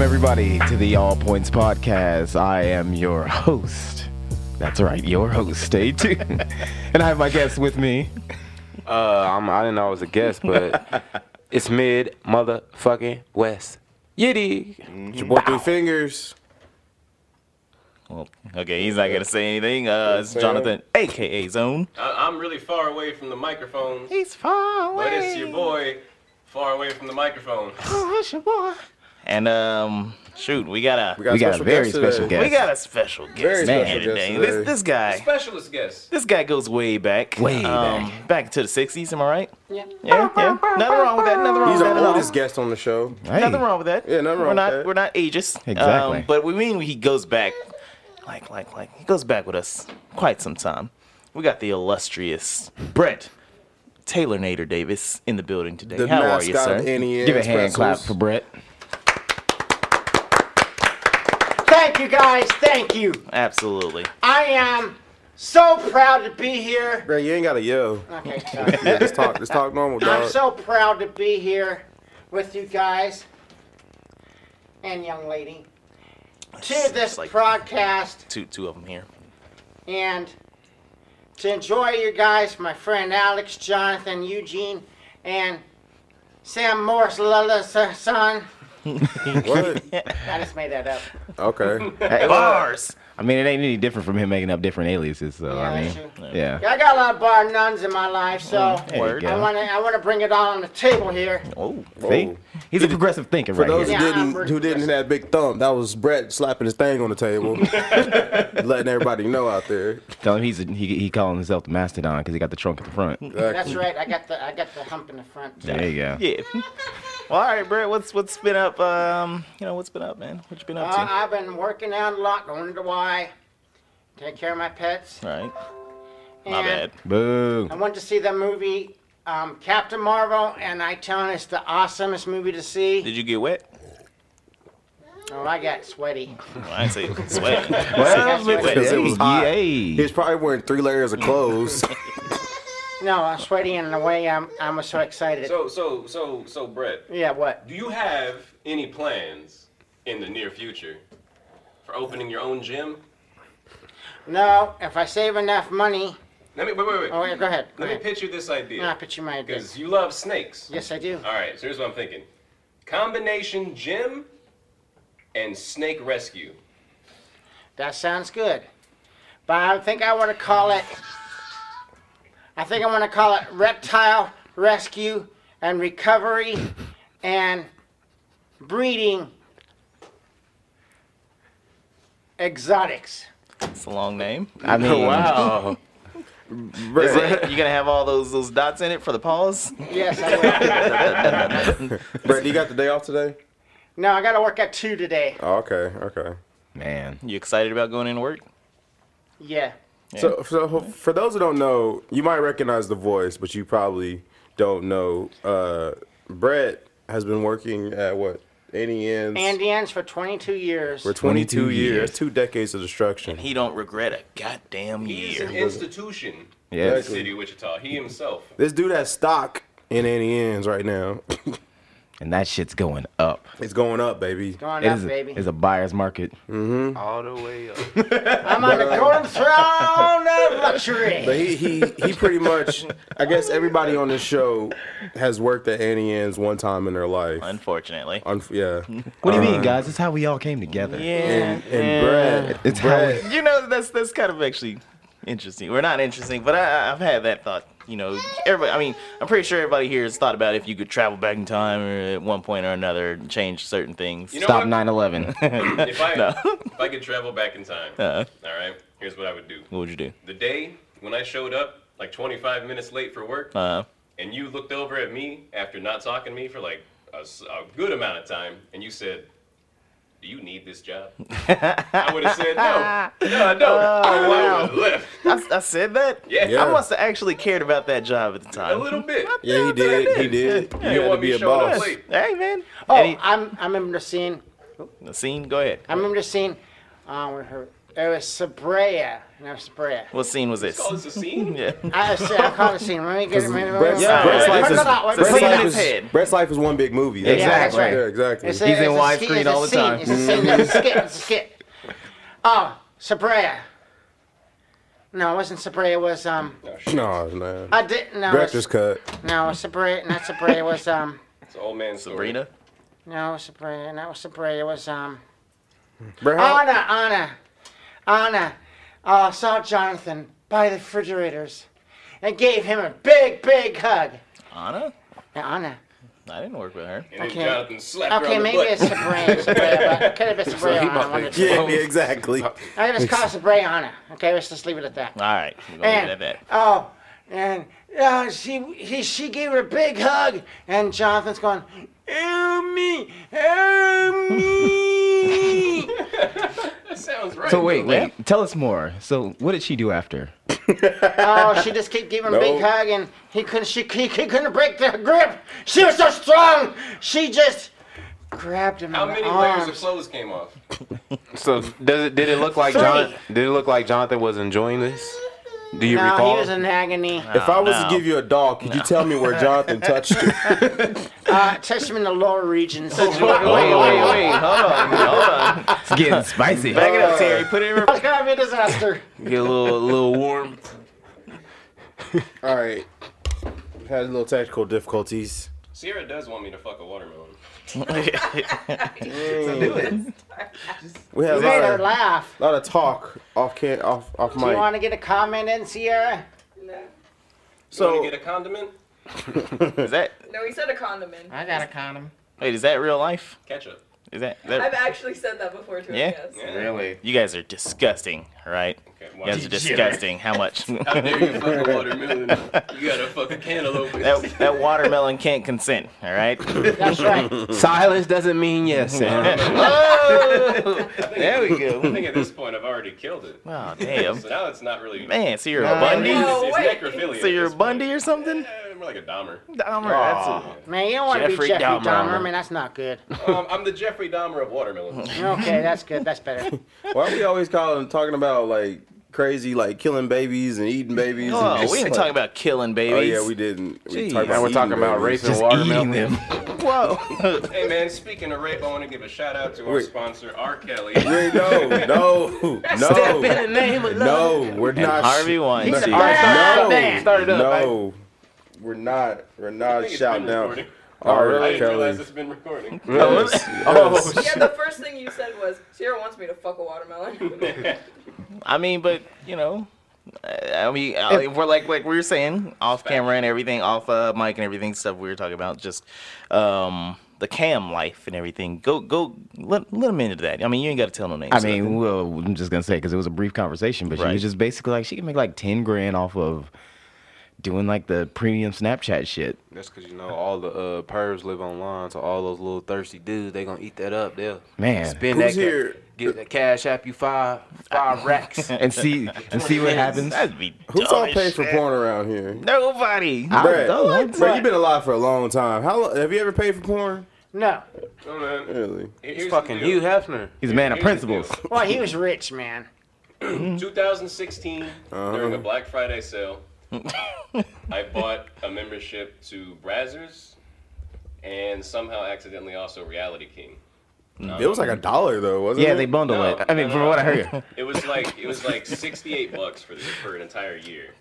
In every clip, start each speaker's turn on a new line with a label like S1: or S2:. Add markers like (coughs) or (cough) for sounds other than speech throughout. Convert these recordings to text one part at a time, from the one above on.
S1: everybody, to the All Points Podcast. I am your host. That's right, your host. Stay tuned. (laughs) and I have my guest with me.
S2: Uh, I'm, I didn't know I was a guest,
S3: (laughs)
S2: but it's mid motherfucking West. Yiddy.
S3: It's your boy Three Fingers.
S4: Well, okay, he's not gonna say anything. Uh, it's
S3: Fair.
S4: Jonathan, aka Zone.
S5: I- I'm really far away from the microphones,
S1: He's far away.
S5: but it's your boy far away from the microphone.
S1: Oh, it's your boy.
S4: And um, shoot, we got a we got,
S1: We got a very
S3: guest
S1: special
S3: today.
S1: guest.
S4: a special guest
S3: Very
S4: man
S3: special guest
S4: today.
S3: today.
S4: This this guy,
S5: Specialist guest.
S4: this guy goes way back,
S1: Way
S4: back, back to the '60s. Am I right? Yeah, yeah, yeah. Nothing wrong with that. Nothing wrong
S3: He's
S4: with that
S3: our
S4: at all.
S3: oldest guest on the show.
S1: Hey,
S4: Nothing wrong with that.
S3: Yeah, nothing
S4: we're
S3: wrong with
S4: not,
S3: that.
S4: We're not ageist. Um,
S1: Exactly.
S4: but we mean he goes back, like, like, like, he goes back with us quite some time. We got the illustrious Brent Taylor Nader Davis in the building today.
S3: The
S4: How are you,
S3: mascot
S4: sir?
S3: of E NES.
S1: Give a hand
S3: pretzels.
S1: clap for Brett.
S6: Thank you guys, thank you.
S4: Absolutely.
S6: I am so proud to be here.
S3: Bro, you ain't gotta yell.
S6: Okay,
S3: (laughs)
S6: sorry.
S3: Yeah, just talk. Just talk normal,
S6: I'm
S3: dog.
S6: so proud to be here with you guys and young lady to this
S4: It's like
S6: broadcast
S4: two two of them here.
S6: and to enjoy you guys, my friend Alex, Jonathan, Eugene, and Sam Morse, Lola's son.
S3: what?
S6: I just
S3: (laughs)
S6: made that up.
S3: Okay.
S2: (laughs)
S1: Hey, well,
S4: Bars.
S1: I mean, it ain't any different from him making up different aliases. So,
S6: Yeah,
S1: I
S6: that's
S1: mean,
S6: true.
S1: yeah.
S6: Yeah, I got a lot of bar nuns in my life,
S3: Oh,
S6: so
S1: There you
S4: Word.
S1: go.
S6: I want to I want to bring it all on the table here.
S4: Oh,
S1: See? He's a progressive thinker
S3: For
S1: right
S3: those
S1: here.
S3: who
S6: Yeah,
S3: didn't,
S6: I'm
S3: who didn't have big thumb, that was Brett slapping his thing on the
S2: (laughs)
S3: table, letting everybody know out there.
S1: Tell him he's a, he, he calling himself the mastodon because he got the trunk at the front.
S3: Exactly.
S6: That's right. I got the I got the hump in the front.
S1: There you go.
S3: (laughs)
S4: yeah. Well, all right, Brett. What's what's been up? Um, you know what's been up, man. What you been up
S6: Uh,
S4: to?
S6: I've been working out a lot. I wonder why. Take care of my pets.
S4: All right. My
S6: And
S4: bad.
S1: Boo.
S6: I went to see the movie um, Captain Marvel, and I tell you, it's the awesomest movie to see.
S4: Did you get wet?
S6: Oh, I got sweaty.
S4: Well, I didn't say
S1: (laughs)
S4: sweat. (laughs)
S1: Well,
S6: That's
S1: look
S6: right.
S1: at
S3: Because it was hot.
S1: Yay.
S3: He was probably wearing three layers of clothes.
S6: No, I'm sweaty in the way I'm I was so excited.
S5: So, so, so, so, Brett,
S6: yeah, what?
S5: do you have any plans in the near future for opening your own gym?
S6: No, if I save enough money.
S5: Let me, wait, wait, wait.
S6: Oh, yeah, go ahead. Go
S5: Let me
S6: ahead.
S5: picture this
S6: No, I
S5: idea.
S6: picture my idea.
S5: Because you love snakes.
S6: Yes, I do.
S5: All right, so here's what I'm thinking combination gym and snake rescue.
S6: That sounds good. But I think I want to call it. I think I want to call it reptile rescue and recovery and breeding exotics.
S4: It's a long name.
S1: I mean,
S4: wow. Is
S3: Brett,
S4: it, you gonna have all those those dots in it for the pause?
S6: Yes,
S1: (laughs)
S6: I will.
S3: Brett, you got the day off today?
S6: no, I got to work at two today.
S3: Oh, okay, okay.
S1: man.
S4: You excited about going into work?
S6: Yeah.
S3: So, so for those who don't know, you might recognize the voice, but you probably don't know. Uh, Brett has been working at what? NEN's
S6: Andeans for 22 years.
S3: for 22,
S1: 22
S3: years,
S1: years.
S3: two decades of destruction.
S4: He don't regret a goddamn
S5: He's
S4: year.
S5: an institution in the
S1: Yes.
S5: city of Wichita. He himself.
S3: This dude has stock in NEN's right now.
S1: And that shit's going up.
S3: it's going up, baby.
S6: Going
S1: It
S6: up,
S1: is a,
S6: baby.
S1: it's a buyer's market.
S2: All the way up.
S6: I'm
S1: (laughs)
S6: on the golden throne of luxury.
S3: But he he he pretty much. I guess everybody on this show has worked at NEN's one time in their life.
S4: Unfortunately.
S3: Un- yeah.
S1: What do you mean, guys? It's how we all came together.
S4: Yeah.
S3: And, and Brett,
S1: It's how we,
S3: Brett,
S4: You know that's that's kind of actually interesting. We're not interesting, but I, I- I've had that thought. You know, everybody. I mean, I'm pretty sure everybody here has thought about if you could travel back in time or at one point or another and change certain things.
S5: You know
S1: stop
S5: what?
S1: 9 (laughs) 11.
S5: If I, if I could travel back in time,
S4: Uh-huh.
S5: all right, here's what I would do.
S4: What would you do?
S5: The day when I showed up, like 25 minutes late for work,
S4: Uh,
S5: and you looked over at me after not talking to me for like a, s- a good amount of time, and you said, "Do you need this
S6: (laughs)
S5: job?" I would have said, "No, no, I don't."
S6: Oh,
S5: and I would have left
S4: I, I said that.
S5: Yeah.
S4: I must have actually cared about that job at the
S5: a
S4: time.
S5: little bit.
S3: yeah, he did, he did. You
S5: didn't
S3: had to
S5: want
S3: be
S5: me
S3: a
S5: showing up
S3: boss.
S5: late.
S4: Hey man.
S6: Oh,
S4: Any-
S6: I'm, I remember the scene.
S4: Nassim, go ahead.
S6: I remember the scene. Uh, where her, It was Sabrea. No, Sabrea.
S4: What scene was this?
S5: Oh, it's a
S6: (laughs)
S5: scene? (laughs)
S4: Yeah.
S6: I, I caught a scene. Let me get it. Let me-
S3: Brett's,
S4: Yeah.
S3: Brett's
S4: Yeah.
S3: life
S6: Put
S3: is,
S6: it out, wait,
S3: Brett's
S6: put it
S3: life
S4: out.
S3: is-
S4: His head.
S3: Brett's life is one big movie. That's
S6: Yeah, that's
S3: it
S6: right.
S3: there, exactly.
S6: It's
S1: He's
S6: it's
S1: in
S6: a
S1: wide
S6: ski-
S1: screen
S6: it's a
S1: all the
S6: scene,
S1: time. Mm-hmm.
S6: It's a scene. It's a skit. It's a skit. Oh, Sabrea. No, it wasn't Sabrea. It was um.
S3: no, man.
S6: I didn't. No, it
S3: Director's
S6: was,
S3: cut.
S6: no, it was Sabrea. Not Sabrea. It was um.
S5: It's an old man story.
S4: Sabrina?
S6: No, it was Sabrea. Not was Sabrea. It was um.
S3: Brett, how-
S6: Anna, Anna, Anna. Uh, saw Jonathan by the refrigerators, and gave him a big, big hug.
S4: Anna?
S6: Now, Anna.
S4: I didn't work with her.
S5: And then
S6: Okay.
S5: Jonathan slapped her
S6: Okay,
S5: on
S6: maybe
S5: the butt.
S6: it's Sabrea. Sabrea, but could have been Sabrea. Anna, one of the two.
S3: yeah, yeah, exactly.
S6: I just call it Sabrea Anna. Okay, let's just leave it at that.
S4: All right. We're going to leave it
S6: and,
S4: at that.
S6: Oh, and uh, she he, she gave her a big hug, and Jonathan's going, "Help me, help me!"
S5: That sounds right.
S1: So wait, wait. Tell us more. So what did she do after?
S6: oh, she just kept giving him a big
S3: No.
S6: hug, and he couldn't she he, he couldn't break the grip. She was so strong. She just grabbed him.
S5: How
S6: in
S5: many
S6: the
S5: layers of
S6: arms.
S5: clothes came off?
S2: So does it? Did it look like John? Did it look like Jonathan was enjoying this? Do you
S6: No,
S2: recall?
S6: he was in agony.
S3: If I was
S4: no.
S3: to give you a dog, could you tell me where Jonathan touched
S2: (laughs)
S3: you?
S6: Uh, touched him in the lower regions.
S4: Wait, wait, wait. Hold on. Hold on.
S1: It's getting (laughs) spicy.
S4: Back it up, (laughs) Terry. Put it in reverse.
S6: It's gonna be a disaster.
S4: Get a little, a little warm.
S3: All right. Had a little technical difficulties.
S5: Sierra does want me to fuck a watermelon.
S3: We had a
S6: Made her
S3: lot of,
S6: laugh.
S3: lot of talk off can off off
S6: You want
S3: mic.
S6: to get a comment in, Sierra?
S5: So, you
S3: So
S5: want to get a condiment?
S4: (laughs) Is that,
S7: No, he said a condiment.
S6: I got a condom.
S4: wait, is that real life?
S5: Ketchup.
S4: Is that, is
S7: I've
S4: that
S7: actually said that before to him.
S4: Yeah?
S7: Yes.
S5: Yeah.
S1: Really?
S4: you guys are disgusting, all right?
S5: Okay,
S4: You guys are disgusting. How (laughs) much?
S5: How dare you fuck a watermelon? You gotta fuck a cantaloupe.
S4: that, that watermelon can't consent, all (laughs) right?
S6: That's right.
S2: Mm. Silence doesn't mean yes.
S4: (laughs)
S2: Sam.
S4: oh, there we
S5: (laughs) I
S4: go.
S5: think at this point I've already killed it.
S4: Oh, damn.
S5: So now it's not really.
S4: Man, so you're a Bundy?
S7: No,
S5: It's, it's
S7: wait.
S5: necrophilia.
S4: So
S5: at
S4: you're a
S5: this
S4: Bundy
S5: point.
S4: or something?
S5: Eh, more like a Dahmer.
S4: Dahmer, that's it.
S6: Man, you don't want to be
S4: Jeffrey
S6: Jeffrey Dahmer.
S4: Dahmer.
S6: I mean, that's not good.
S5: Um, I'm the Jeffrey Dahmer of
S6: (laughs)
S5: watermelons.
S6: Okay, that's good. That's better.
S3: why we always calling talking about like crazy like killing babies and eating babies? and
S4: Oh,
S3: just,
S4: we didn't
S3: like-
S4: talk about killing
S3: Oh
S4: babies.
S3: yeah, we didn't. We
S4: Jeez.
S3: talked
S2: Now we're
S3: eating
S2: talking about
S3: babies.
S2: raping
S1: Eating
S2: watermelon.
S1: them.
S4: Whoa.
S5: hey man, speaking of rape, I want to give a shout out to our
S3: Wait.
S5: sponsor, R. Kelly.
S3: Wait, no, no, no. No, we're
S4: And
S3: not.
S4: Harvey Weinstein.
S3: No,
S6: bad
S3: no,
S6: man.
S2: Started up,
S3: no, we're not. We're
S5: I
S3: not
S5: think it's
S3: shouting
S5: been
S3: out.
S5: recording.
S3: R.
S5: I didn't realize
S3: Kelly.
S5: it's been recording.
S3: Yes, yes.
S7: Yeah, the first thing you said was, Sierra wants me to fuck
S3: (laughs)
S7: a watermelon.
S4: I mean, but, you know. I I mean, uh, we're like like we were saying off camera and everything, off uh, mic and everything stuff we were talking about, just um, the cam life and everything. Go go, let, let them into that. I mean, you ain't got to tell no names.
S1: I
S4: so-
S1: mean, well, I'm just gonna say because it was a brief conversation, but she
S4: Right.
S1: was just basically like she can make like ten grand off of doing like the premium Snapchat shit.
S2: That's because you know all the uh, pervs live online, so all those little thirsty dudes they gonna eat that up. They'll
S1: Man.
S2: spend
S3: Who's
S2: that. ca-
S3: here?
S2: Get the cash app you five (laughs) five racks.
S1: and see and see what happens.
S4: that'd be
S3: Who's
S5: Oh,
S4: dumb
S3: all
S4: as
S3: paid for
S4: shit.
S3: porn around here?
S4: Nobody.
S1: I
S3: Brad.
S1: don't know.
S3: Bro, you've been alive for a long time. How long, have you ever paid for porn?
S6: No.
S5: Oh, man.
S3: Really?
S5: Here's
S2: It's
S5: the
S2: fucking
S5: deal.
S2: Hugh Hefner.
S1: He's a man of
S5: Here's the
S1: principles.
S5: deal.
S6: Well, he was rich, man.
S5: 2016, during a Black Friday sale, I bought a membership to Brazzers and somehow accidentally also Reality King. Um,
S3: It was like a dollar though, wasn't it?
S1: Yeah, they bundle
S5: No,
S1: it. I mean,
S5: no,
S1: from
S5: no,
S1: what I
S5: no.
S4: (laughs)
S1: heard,
S5: It was like it was like 68 bucks for the, for an entire year.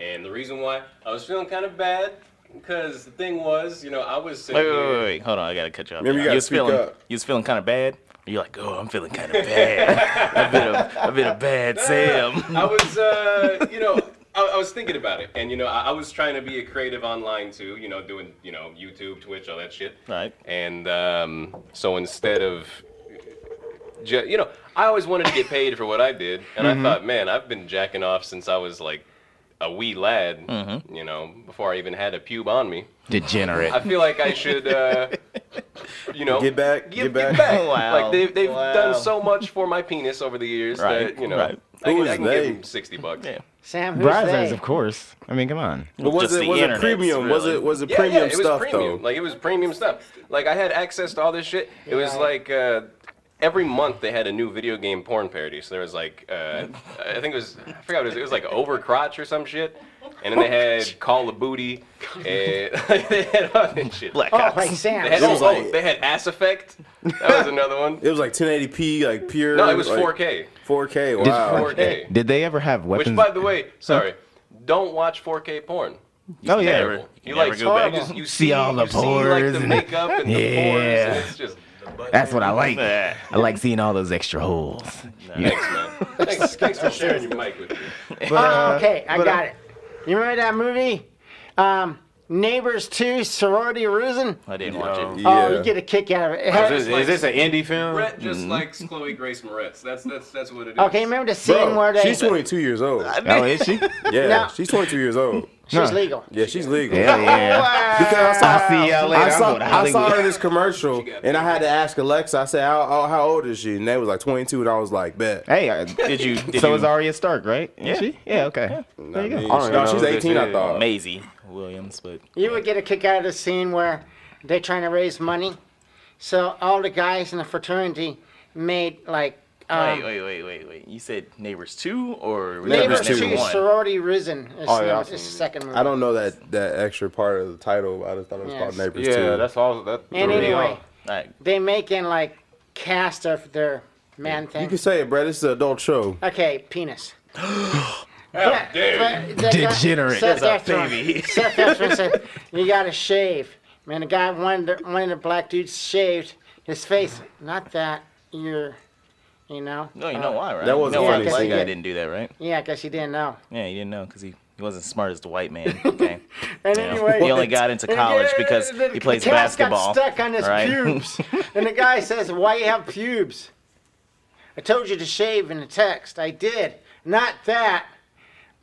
S5: And the reason why I was feeling kind of bad because the thing was, you know, I was sitting
S4: Wait, wait,
S5: here-
S4: wait, wait. Hold on, I gotta cut you off.
S3: Maybe you gotta
S4: was
S3: speak
S4: feeling,
S3: up.
S4: you was feeling kind of bad. You're like, oh, I'm feeling kind of bad. (laughs) I've been a, I've been
S3: (laughs)
S4: a bad Sam. (laughs)
S5: I was, uh, you know, I, I was thinking about it, and you know, I, I was trying to be a creative online too, you know, doing, you know, YouTube, Twitch, all that shit.
S4: Right.
S5: And um, so instead of, ju- you know, I always wanted to get paid for what I did, and
S3: Mm-hmm.
S5: I thought, man, I've been jacking off since I was like a wee lad,
S3: Mm-hmm.
S5: you know, before I even had a pube on me.
S1: degenerate.
S5: I feel like I should,
S3: (laughs)
S5: uh, you know,
S3: Get back, get
S5: give-
S3: back. (laughs)
S5: give back.
S4: Wow.
S5: Like they've, they've
S4: Wow.
S5: done so much for my penis over the years
S4: Right,
S5: that you know,
S4: right.
S5: I
S3: Who
S5: can,
S3: is
S5: I can
S3: they?
S5: give them sixty bucks.
S4: Yeah.
S6: Sam, who's
S1: Brazzers,
S6: they?
S1: of course. I mean, come on.
S3: But was
S4: Just
S3: it
S4: the
S3: was it
S4: internets,
S3: premium? Was
S4: really.
S3: it was it
S5: Yeah,
S3: premium
S5: yeah, it was
S3: stuff
S5: premium.
S3: though?
S5: Like it was premium stuff. Like I had access to all this shit. It was like uh, every month they had a new video game porn parody. So there was like, uh, I think it was, I forgot what it was. It was like Over Crotch or some shit. And then they had Call of Booty. And (laughs) they had all that shit.
S4: Black
S6: Oh,
S4: Ops.
S6: (laughs) like
S5: They had,
S6: Sam.
S3: It was
S5: oh,
S3: like-
S5: they had Ass Effect. That was
S3: (laughs)
S5: another one.
S3: It was like 1080p, like pure.
S5: No, it was
S3: like,
S5: 4K.
S3: 4K.
S1: Did,
S3: Wow.
S5: 4K.
S1: did they ever have weapons?
S5: Which, by the way, sorry, don't watch 4K porn.
S1: oh yeah,
S4: Never.
S5: You,
S4: You
S5: like
S4: never go back.
S5: you just- you
S1: See all the
S5: you see, like,
S1: pores
S5: the
S1: and-
S5: makeup and the
S1: Yeah.
S5: pores. And it's just the butt.
S1: that's what I like.
S4: Nah.
S1: I like seeing all those extra
S4: (laughs)
S1: holes.
S5: Thanks, man. Thanks, thanks for sharing your mic with me.
S6: Oh, okay, I
S1: but,
S6: got
S1: uh,
S6: it. You remember that movie? Um, Neighbors 2, Sorority Rusin?
S4: I didn't watch it.
S6: Oh,
S3: Yeah.
S6: you get a kick out of it. it.
S2: Is
S6: had-
S2: this, is this Mm-hmm. an
S4: (laughs)
S2: indie film?
S5: Brett just likes Chloe Grace Moretz. That's that's that's what it is.
S6: Okay, remember the scene
S3: Bro,
S6: where they,
S3: she's
S6: she's,
S3: 22 years
S6: (laughs)
S3: old.
S1: Oh, is
S4: (laughs)
S1: she?
S3: Yeah,
S6: Now-
S3: she's 22 years old.
S1: Nah.
S6: legal.
S3: Yeah, she's legal.
S1: Hell yeah.
S3: Because I saw,
S1: I'll see y'all later.
S3: I
S1: I'm
S3: saw,
S1: going to
S3: I saw
S1: Hollywood.
S3: her in this commercial, and I had to ask Alexa. I said, "How, how, how old is she?" And they was like 22, and I was like, "Bet."
S1: Hey,
S4: (laughs)
S1: uh,
S4: Did you? Did
S1: so
S4: you,
S1: is Arya Stark, right? Yeah. She? Yeah. Okay.
S3: I
S1: There you
S3: mean,
S1: go.
S2: I don't know
S3: no, she's
S2: who this
S3: 18, I
S2: is.
S3: thought.
S4: Maisie Williams, but
S6: You would get a kick out of the scene where they're trying to raise money. So all the guys in the fraternity made like um,
S4: wait, wait, wait, wait, wait. You said Neighbors Two or was that
S6: Neighbors
S3: Neighbors
S4: Neighbors
S3: Two.
S6: 2, Sorority Risen. It's,
S2: Oh, yeah,
S6: number-
S2: I've
S6: it's the
S2: seen it.
S6: second movie.
S3: I don't know that that extra part of the title. I just thought it was
S6: Yes.
S3: called Neighbors
S2: Yeah,
S3: too.
S2: that's all. That
S6: And
S2: threw me
S6: anyway,
S2: off.
S4: Like,
S6: they making like cast of their man
S3: you
S6: thing.
S3: can say it, Brett. It's an adult show.
S6: Okay, penis. (gasps)
S5: How dare you?
S6: But the guy-
S1: Degenerate.
S6: Seth
S4: That's a
S6: Efron-
S4: baby.
S6: Seth Efron said, "You gotta shave." Man, the guy one of the, one of the black dudes shaved his face. Not that you're, you know.
S4: (laughs) no, you know why, right?
S3: That wasn't
S4: you know why
S6: funny,
S4: the black
S6: so
S4: guy
S6: yeah.
S4: didn't do that, right?
S6: Yeah, I guess he didn't know.
S4: Yeah, he didn't know because he, he wasn't smart as the white man. Okay.
S6: And
S4: You know,
S6: anyway,
S4: he only got into
S6: and
S4: college
S6: the- (laughs)
S4: because
S6: the-
S4: he plays
S6: the cat's
S4: basketball.
S6: Got stuck on his
S4: right? (laughs)
S6: pubes, and the guy says, "Why you have pubes?" I told you to shave in the text. I did. Not that.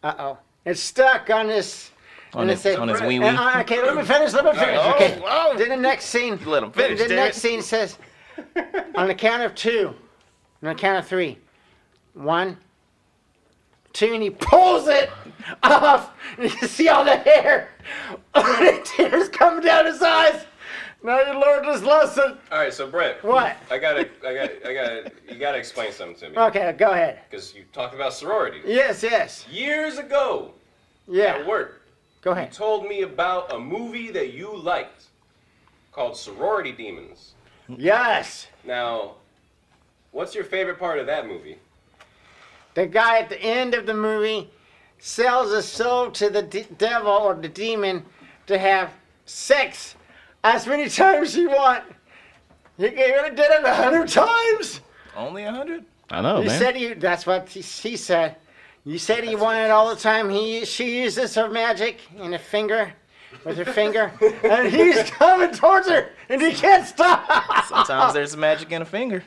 S6: Uh oh. It's stuck on his.
S4: On
S6: and it
S4: his-
S6: said-
S4: on his
S6: and
S4: wee-wee.
S6: I- okay, let me finish. Let me finish.
S4: Oh,
S6: okay.
S4: oh.
S6: Then the next scene.
S4: let him finish,
S6: Then the
S4: damn
S6: next
S4: it.
S6: scene says, on the count of two, on the count of three, one, two, and he pulls it off. And you see all the hair. (laughs) All the tears coming down his eyes. Now you learned his lesson.
S5: All right, so Brett,
S6: What?
S5: I gotta, I gotta, I gotta, you gotta explain something to me
S6: Okay, go ahead.
S5: because you talked about sorority
S6: Yes, yes.
S5: years ago at
S6: Yeah.
S5: work.
S6: Go
S5: You
S6: ahead.
S5: told me about a movie that you liked called Sorority Demons.
S6: Yes.
S5: Now, what's your favorite part of that movie?
S6: The guy at the end of the movie sells his soul to the de- devil or the demon to have sex as many times you want. You gave it did it a hundred times.
S4: Only a hundred?
S1: I know,
S6: You
S1: Oh, man.
S6: said you. That's what he, he said. You said he wanted it all the time. He she uses her magic and a finger. With her finger, and he's coming towards her, and he can't stop.
S4: Sometimes there's magic in a finger.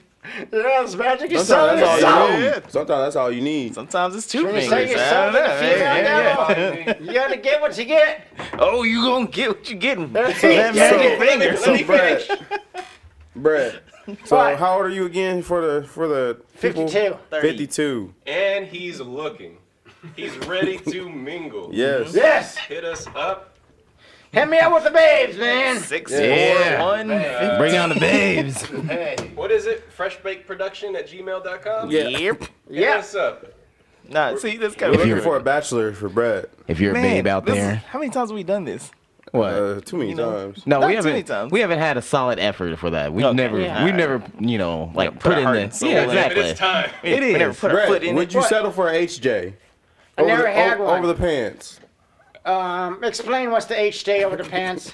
S6: You know, it's magic. He's selling
S3: Sometimes
S6: his
S3: that's all
S6: soul.
S3: you need. Sometimes that's all you need.
S4: Sometimes it's two
S6: When you
S4: fingers.
S6: sell your
S4: I don't
S6: soul to the
S4: know. Yeah,
S6: female
S4: yeah, yeah.
S6: devil, you gotta get what you get.
S4: Oh, you gonna get what you getting?
S6: That's
S3: So-
S6: it.
S4: Magic fingers.
S3: So Brett,
S6: (laughs)
S3: Brett. So
S6: What?
S3: how old are you again for the for the people?
S6: 52.
S3: 52.
S5: And he's looking. He's ready to mingle.
S3: Yes.
S6: Yes.
S5: Hit us up.
S6: Hit me up with the babes, man.
S4: Six,
S1: Yeah.
S4: four, one.
S1: Bring on the babes.
S5: What is it? Freshbakeproduction at gmail.com?
S3: Yeah.
S4: Yep.
S5: Hit us up.
S4: Nah, see, this kind
S1: If
S4: of
S3: Looking
S1: you're-
S3: for a bachelor for Brett.
S1: if you're a babe out
S4: this is-
S1: there,
S4: how many times have we done this?
S1: what?
S3: Uh, too many
S4: know.
S3: times.
S1: no,
S4: not
S1: we
S4: too many
S1: haven't.
S4: times.
S1: We haven't had a solid effort for that. We've
S4: Okay.
S1: never.
S4: Yeah.
S1: We've never. You know, like
S4: put
S1: put,
S4: our
S1: in
S4: heart
S1: the.
S4: and soul
S1: yeah,
S4: in it.
S1: exactly.
S5: It's time.
S4: It is.
S1: never put
S4: put our
S3: Brett,
S4: foot in
S3: would
S4: it.
S3: you settle for a HJ?
S6: I
S3: Over
S6: never
S3: the,
S6: had
S3: o-
S6: one.
S3: Over the pants.
S6: um, explain what's the H day over the pants.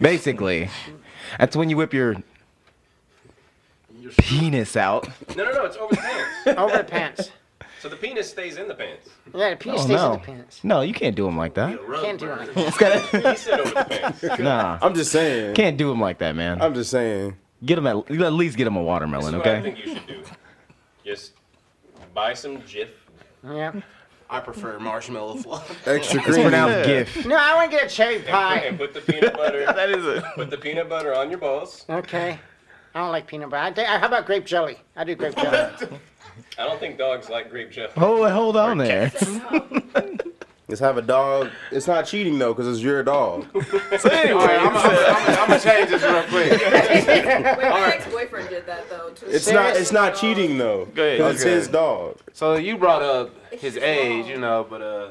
S1: Basically, that's when you whip your penis out.
S5: No, no, no. It's over the pants.
S6: over the pants.
S5: so the penis stays in the pants.
S6: Yeah, the penis
S1: Oh,
S6: stays in
S1: no.
S6: the pants.
S1: No, you can't do him like
S4: (laughs)
S1: that.
S6: Can't do it like that.
S1: It's gotta-
S5: He said over the pants.
S1: nah,
S3: I'm just saying.
S1: can't do him like that, man.
S3: I'm just saying.
S1: Get him at, at least get him a
S5: This is
S1: watermelon,
S5: what I
S1: okay?
S5: think you should do. Just buy some Jif.
S6: Yeah.
S8: I prefer
S2: (laughs)
S8: marshmallow fluff.
S3: Extra
S1: It's
S3: cream.
S1: pronounced GIF.
S6: No, I want to get a cherry
S5: And
S6: pie.
S5: put the peanut butter.
S4: That is a.
S5: put the peanut butter on your balls.
S6: Okay. I don't like peanut butter. I think- how about grape jelly? I do
S4: (laughs)
S6: grape jelly.
S1: Oh,
S5: I don't think dogs like grape Jif.
S1: Hold, hold on there.
S3: Just have a dog. It's not cheating though, because it's your
S4: (laughs)
S3: dog.
S4: So anyway,
S8: I'm gonna change this real quick.
S7: Wait, my ex-boyfriend did that though. To
S3: It's not. It's not cheating though.
S4: Go ahead.
S3: 'cause It's
S2: Okay.
S3: his dog.
S2: So you brought up
S7: It's
S2: his
S7: just
S2: age,
S7: wrong.
S2: you know, but uh,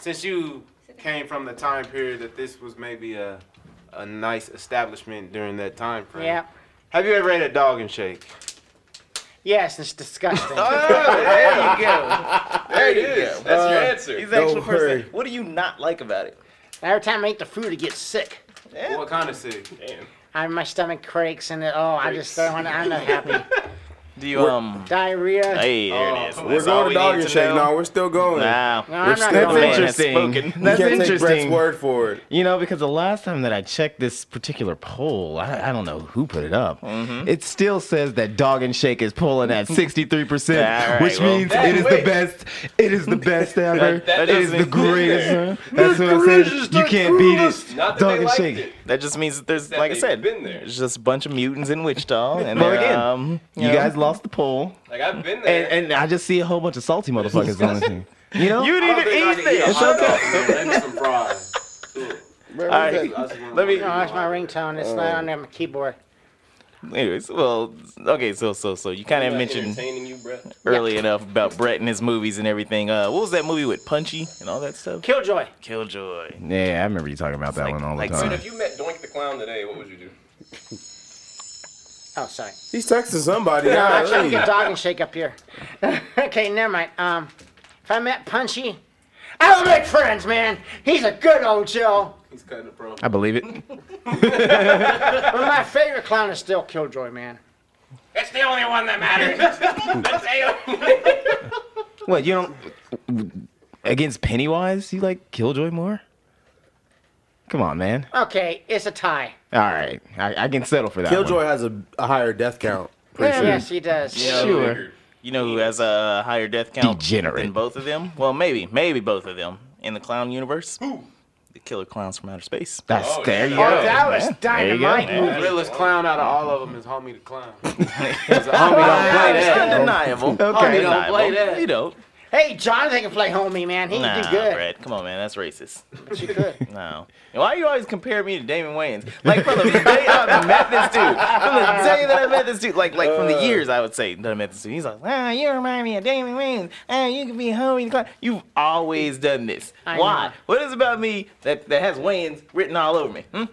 S2: since you came from the time period that this was maybe a a nice establishment during that time frame.
S6: Yeah.
S2: Have you ever ate a dog and shake?
S6: Yes, it's disgusting.
S4: there you go. There you go.
S5: That's your answer.
S4: He's the actual
S3: Don't
S4: person.
S3: worry.
S4: What do you not like about it?
S6: Every time I eat the food, it gets sick.
S4: Yeah.
S2: What kind of sick?
S5: Damn.
S6: I, my stomach creaks and it, oh, I just don't want to, I'm not happy.
S4: Do you um?
S6: Diarrhea.
S4: Hey, there it is.
S8: Oh,
S3: We're
S4: That's all
S3: going
S4: we
S3: to dog
S4: need
S3: and
S4: to
S3: shake.
S4: know.
S3: No, we're still going.
S4: Nah.
S6: No, I'm not
S3: still-
S6: going
S1: That's
S6: there.
S4: man
S1: interesting.
S4: has spoken.
S1: That's
S3: you can't take Brett's
S1: interesting.
S3: word for it.
S1: You know, because the last time that I checked this particular poll, I, I don't know who put it up. It still says that Dog and Shake is pulling at 63%,
S4: All right,
S1: which
S4: well,
S1: means
S4: that-
S1: it is the
S4: wait.
S1: best. It is the best ever.
S5: that
S1: it is the
S4: doesn't-
S1: greatest. That's what I'm saying. You can't beat it. Dog
S5: Not that they
S1: and
S5: liked
S1: Shake.
S5: it.
S4: That just means that there's,
S5: That
S4: like I
S5: they've
S4: said,
S5: been there.
S4: It's just a bunch of mutants in Wichita. And
S1: Well,
S4: they're,
S1: again,
S4: um,
S1: You
S4: know,
S1: guys lost the poll,
S5: Like I've been
S1: and,
S5: there.
S1: and I just see a whole bunch of salty motherfuckers on the team. You know?
S4: You need to eat this.
S8: It's okay. Maybe some fries.
S3: Brett,
S4: All
S3: what
S4: right.
S3: is that?
S4: Let me. Oh.
S6: No, that's my ringtone. It's not on there, my keyboard.
S4: Anyways, well, okay, so so so you kind of
S5: Not
S4: mentioned
S5: entertaining you, Brett.
S4: early enough about Brett and his movies and everything. Uh, what was that movie with Punchy and all that stuff?
S6: Killjoy.
S4: Killjoy.
S1: Yeah, I remember you talking about that
S4: like-
S1: one all the
S4: like-
S5: Dude,
S1: time.
S5: if you met Doink the Clown today, what would you do?
S6: Oh, sorry.
S3: He's texting
S4: (laughs)
S3: somebody.
S6: No, I'm trying to get
S3: Golly.
S6: dog and shake up here. (laughs) okay, never mind. Um, if I met Punchy, I would make friends, man. He's a good old Joe.
S8: He's cutting the promo.
S1: I believe it.
S6: But my favorite clown is still Killjoy, man.
S5: That's the only one that matters. That's the only-
S1: What you don't against Pennywise? You like Killjoy more? Come on, man.
S6: Okay, it's a tie.
S1: All right, I, I can settle for that.
S3: Killjoy
S1: one.
S3: has a, a higher death count. Pretty
S6: Yeah,
S3: sure.
S6: yes, he does.
S1: sure.
S4: You know who has a higher death count
S1: Degenerate.
S4: than both of them? Well, maybe, maybe both of them in the clown universe. The killer clowns from outer space.
S1: That's
S5: Oh,
S1: there.
S5: yeah.
S1: You
S6: Oh,
S1: go.
S6: that was
S1: There you go,
S6: dynamite
S1: man.
S6: move.
S8: The realest clown out of all of them is Homie the Clown.
S4: (laughs) It's undeniable.
S1: Okay.
S8: don't play
S4: Undeniable.
S8: that.
S4: You don't.
S6: Hey, Jonathan can play homie, man. He
S4: Nah,
S6: can do good.
S4: Brett. Come on, man. That's racist.
S6: But you could.
S4: No. And Why you always compare me to Damon Wayans? Like from the day I met this dude, from the day that I met this dude, like like
S3: Uh.
S4: from the years I would say that I met this dude. He's like, ah, you remind me of Damon Wayans. Ah, you can be homie. Clown." You've always done this.
S6: I
S4: Why?
S6: know.
S4: What is it about me that that has Wayans written all over me? Hmm?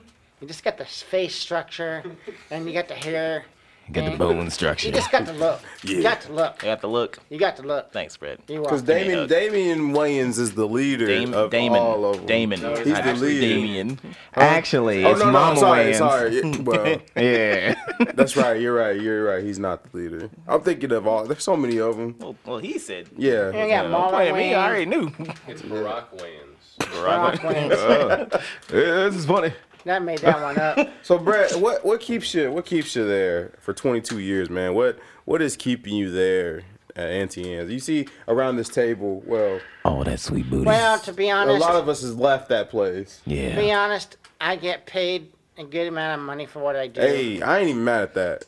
S6: You just got the face structure, and you got the hair.
S1: Get the bone structure.
S6: You just got the look. You got the look.
S4: I got the look.
S6: You got the look.
S4: Thanks, Brett.
S6: You are.
S3: Because
S4: Give me a
S3: Damon,
S4: hug.
S3: Damon Wayans is the leader
S4: Dam-
S3: of all of
S4: Damon.
S3: them.
S4: Damon.
S3: he's
S4: Not
S3: the
S4: actually
S3: leader.
S4: Damien.
S1: (laughs) Actually,
S3: Oh
S1: it's
S3: no, no,
S1: Mama
S3: sorry,
S1: Wayans.
S3: sorry. Yeah, Well,
S1: (laughs) Yeah.
S3: that's right. You're right. You're right. He's not the leader. I'm thinking of all. There's so many of them.
S4: Well, well, he said.
S3: Yeah.
S6: You got
S4: Don't
S6: Marlon
S4: point at me. I already
S6: Wayans,
S4: knew.
S5: It's Barack Wayans.
S1: (laughs)
S6: Rock Wayans.
S1: Oh. this is funny.
S6: That made that one up.
S3: So Brett, what what keeps you what keeps you there for 22 years, man? What what is keeping you there at Auntie Anne's? You see around this table, well,
S1: Oh, that sweet booty.
S6: Well, to be honest,
S3: a lot of us has left that place.
S6: to be
S1: yeah.
S6: honest, I get paid a good amount of money for what I do.
S3: Hey, I ain't even mad at that.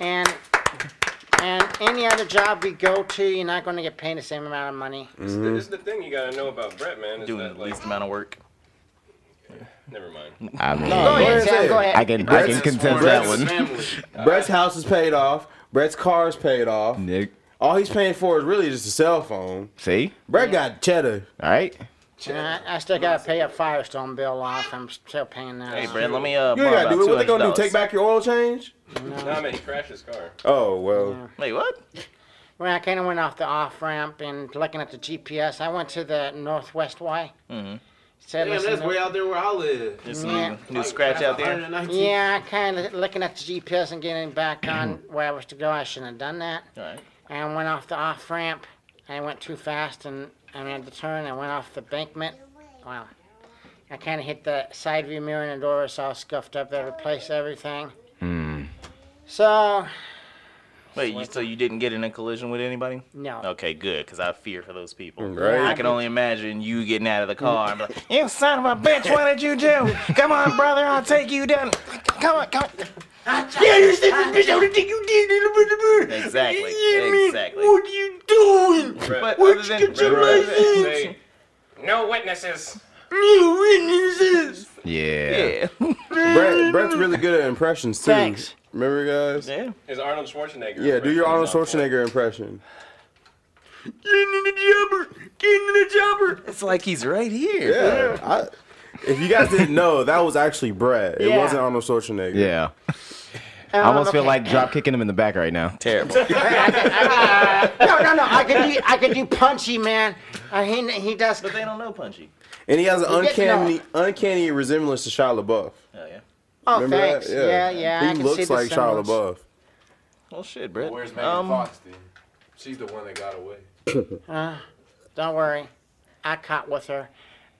S6: And and any other job we go to, you're not going to get paid the same amount of money.
S5: (laughs) This, is the thing you gotta know about Brett, man. Is
S4: Doing
S5: that,
S4: the
S5: like,
S4: least amount of work.
S5: never
S1: (laughs)
S5: mind.
S1: I mean,
S6: Go ahead, Sam. Go ahead.
S1: I can I can
S3: Brett's-
S1: contest that
S3: Brett's-
S1: one.
S3: Brett's house is paid off. Brett's car's paid off.
S1: Nick,
S3: All he's paying for is really just a cell phone.
S1: see,
S3: Brett got cheddar.
S1: all right.
S6: And I, I still got to pay a Firestone bill off. I'm still paying that.
S4: Hey,
S6: off.
S4: Brett, let me uh.
S3: You ain't
S4: borrow
S3: gotta do
S4: about
S3: it. What they gonna do?
S4: $200.
S3: Take back your oil change?
S5: No, I mean, he crashed his (laughs) car.
S3: Oh well.
S4: Wait, what?
S6: When I kind of went off the off ramp and looking at the GPS, I went to the Northwest Y. Mm-hmm. Said,
S8: Damn,
S6: listen,
S8: that's way out there where I live.
S4: There's some
S6: Yeah.
S4: new scratch out there.
S6: Yeah, I kind of looking at the GPS and getting back on where I was to go. I shouldn't have done that.
S4: Alright.
S6: And went off the off ramp. I went too fast and I made the turn. I went off the embankment. Wow. I kind of hit the side view mirror and the door was all scuffed up. They replaced everything. Hmm. So,
S4: Wait, you, so you didn't get in a collision with anybody?
S6: no. Um,
S4: Okay, good, because I fear for those people.
S3: Right.
S4: I can only imagine you getting out of the car and be like, you son of a bitch, what did you do? Come on, brother, I'll take you down. Come on, come on.
S6: Yeah, you said the bitch, I would've taken you did it, but-
S4: Exactly,
S6: Yeah, man,
S4: exactly.
S6: What are you doing?
S5: Brett,
S4: But
S5: Brett,
S4: other than,
S5: Brett, say, No witnesses.
S1: Yeah.
S4: Yeah.
S3: Brett, Brett's really good at impressions too.
S6: Thanks.
S3: Remember, guys? Yeah,
S4: Yeah.
S5: Is Arnold Schwarzenegger?
S3: do your Arnold Schwarzenegger impression.
S4: It's like he's right here.
S3: Yeah. I, if you guys didn't know, that was actually Brett. It
S6: Yeah.
S3: wasn't Arnold Schwarzenegger.
S1: Yeah. I almost feel like drop kicking him in the back right now.
S4: Terrible.
S6: no, no, no. I could do, I could do punchy, man. Uh, he he does.
S4: But they don't know Punchy.
S3: And he has an
S6: You get to
S3: uncanny, uncanny resemblance to Shia LaBeouf.
S4: Oh yeah.
S6: Oh,
S3: Remember
S6: thanks.
S3: that?
S6: Yeah, yeah. I
S3: He
S6: can see
S3: looks
S6: the
S3: like Shia
S6: semblance.
S3: LaBeouf.
S4: Well, shit, Brett.
S8: Where's Megan Fox then? She's the one that got away.
S6: Don't worry, I caught with her,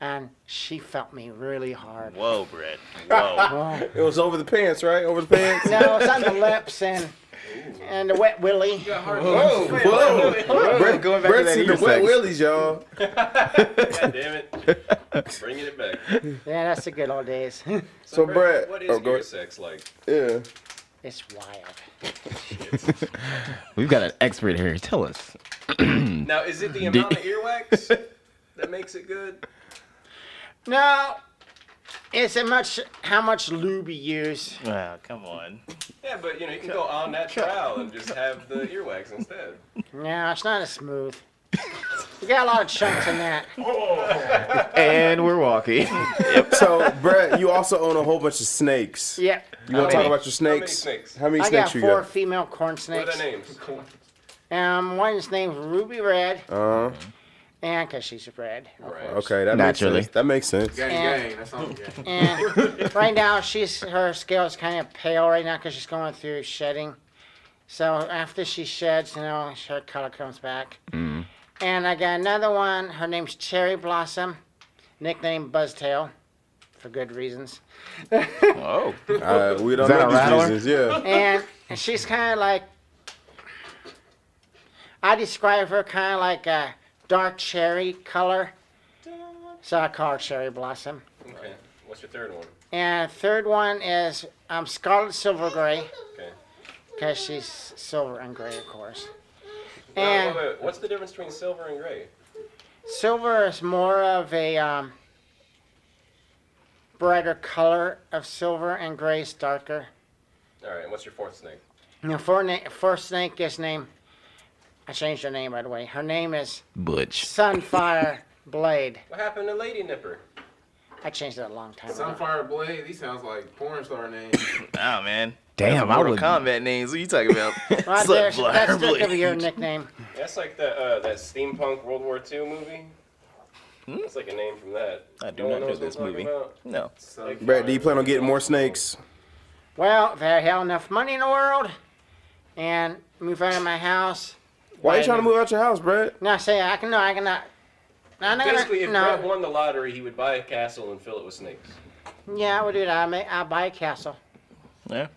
S6: and she felt me really
S3: (laughs)
S6: hard.
S4: Whoa, Brett.
S6: (laughs)
S4: Whoa.
S3: It was over the pants, right? Over the pants.
S6: No, it's on the lips and and the wet willy.
S3: Whoa, whoa. Brett, going back
S1: back to
S3: Brett's
S1: that
S3: in the wet
S1: unisex.
S3: willies, y'all.
S5: God damn
S1: (laughs)
S5: it. Bringing it back.
S6: Yeah, that's the good old days. (laughs)
S3: So, Brett.
S5: what is
S3: oh, go-
S5: your sex like?
S3: yeah.
S6: It's wild.
S1: We've got an expert here. Tell us.
S5: Now, is it
S1: (laughs)
S5: the amount of earwax that makes it good?
S6: No, it's a much how much lube you use.
S4: Wow, come on.
S5: Yeah, but you know, you can go on that trial and just have the earwax instead.
S6: No, it's not as smooth. You got a lot of chunks in that.
S1: And we're walking.
S3: So, Brett, you also own a whole bunch of snakes.
S6: Yep.
S3: You want to talk
S5: many?
S3: about your snakes?
S5: snakes?
S3: How many
S6: I got
S3: snakes you
S6: four
S3: got?
S6: female corn
S5: What are
S6: snakes.
S1: (laughs)
S5: their names?
S6: Um, one's named Ruby Red,
S3: Uh,
S6: and because she's red. of
S5: Right.
S6: course.
S3: okay, that
S1: Naturally.
S3: makes sense. That makes sense.
S8: Gang,
S6: And-
S8: gang. That's all gang.
S6: (laughs) And right now, she's her scale's kind of pale right now because she's going through shedding. So after she sheds, you know, her color comes back. And I got another one. Her name's Cherry Blossom, nicknamed Buzztail, for good reasons.
S4: Oh.
S3: Uh, we don't
S1: Is that a
S3: know these
S1: rattler?
S3: reasons. Yeah.
S6: and she's kind of like I describe her kind of like a dark cherry color, so I call her cherry blossom.
S5: Okay. What's your third one?
S6: And third one is um, scarlet silver gray,
S5: Okay.
S6: because she's silver and gray, of course.
S5: Now, wait,
S6: And
S5: wait, what's the difference between silver and gray?
S6: silver is more of a um, brighter color of silver, and gray is darker.
S5: All right. What's your fourth snake?
S6: Now, for na- first snake is named. I changed her name by the way. Her name is
S1: Butch.
S6: Sunfire Blade.
S5: What happened to Lady Nipper?
S6: I changed that a long time ago.
S8: Sunfire Blade. These sounds like porn star names.
S4: Nah, man.
S1: Damn, I
S4: Mortal
S1: would.
S4: Kombat names. What you talking about?
S6: (laughs) Right
S4: Slut
S6: there,
S4: Flyer
S6: that's still gonna
S4: Blade. (laughs)
S6: be your nickname.
S5: That's like the uh, that steampunk World War II movie. That's like a name from that.
S4: Hmm? I do
S5: No one
S4: not know
S5: knows
S4: this
S5: what I'm
S4: movie.
S5: talking about.
S4: No.
S5: Like,
S3: Brett, do you plan on getting more snakes?
S6: Well, if I had enough money in the world and move out of my house.
S3: Why are you trying to move out your house,
S1: (laughs)
S3: Brett?
S6: No, say I can no, I cannot. No, I'm not
S5: Basically, if
S6: gonna, no.
S5: Brett won the lottery, he would buy a castle and fill it with snakes.
S6: Yeah, I would do that. I may, I'll buy a castle.
S4: Yeah.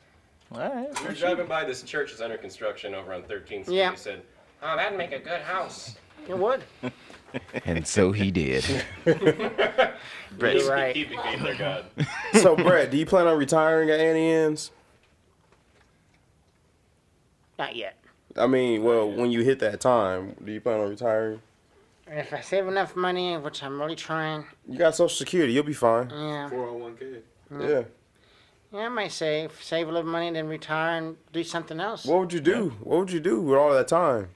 S4: All right.
S6: (laughs)
S5: We were driving by this church is under construction over on 13th Street.
S6: Yeah.
S5: He said, "Oh, that'd make a good house."
S6: You would.
S1: (laughs) And so he did.
S4: Brett.
S5: He-
S6: You're right.
S5: He became
S4: (laughs)
S5: their god.
S3: So, Brett, do you plan on retiring at E Annie Ann's?
S6: Not yet.
S3: I mean, well, when you hit that time, do you plan on retiring?
S6: If I save enough money, which I'm really trying,
S3: You got Social Security, you'll be fine.
S6: yeah.
S8: 401k.
S3: Yeah.
S6: Yeah, I might save save a little money, then retire and do something else.
S3: What would you do? What would you do with all that time?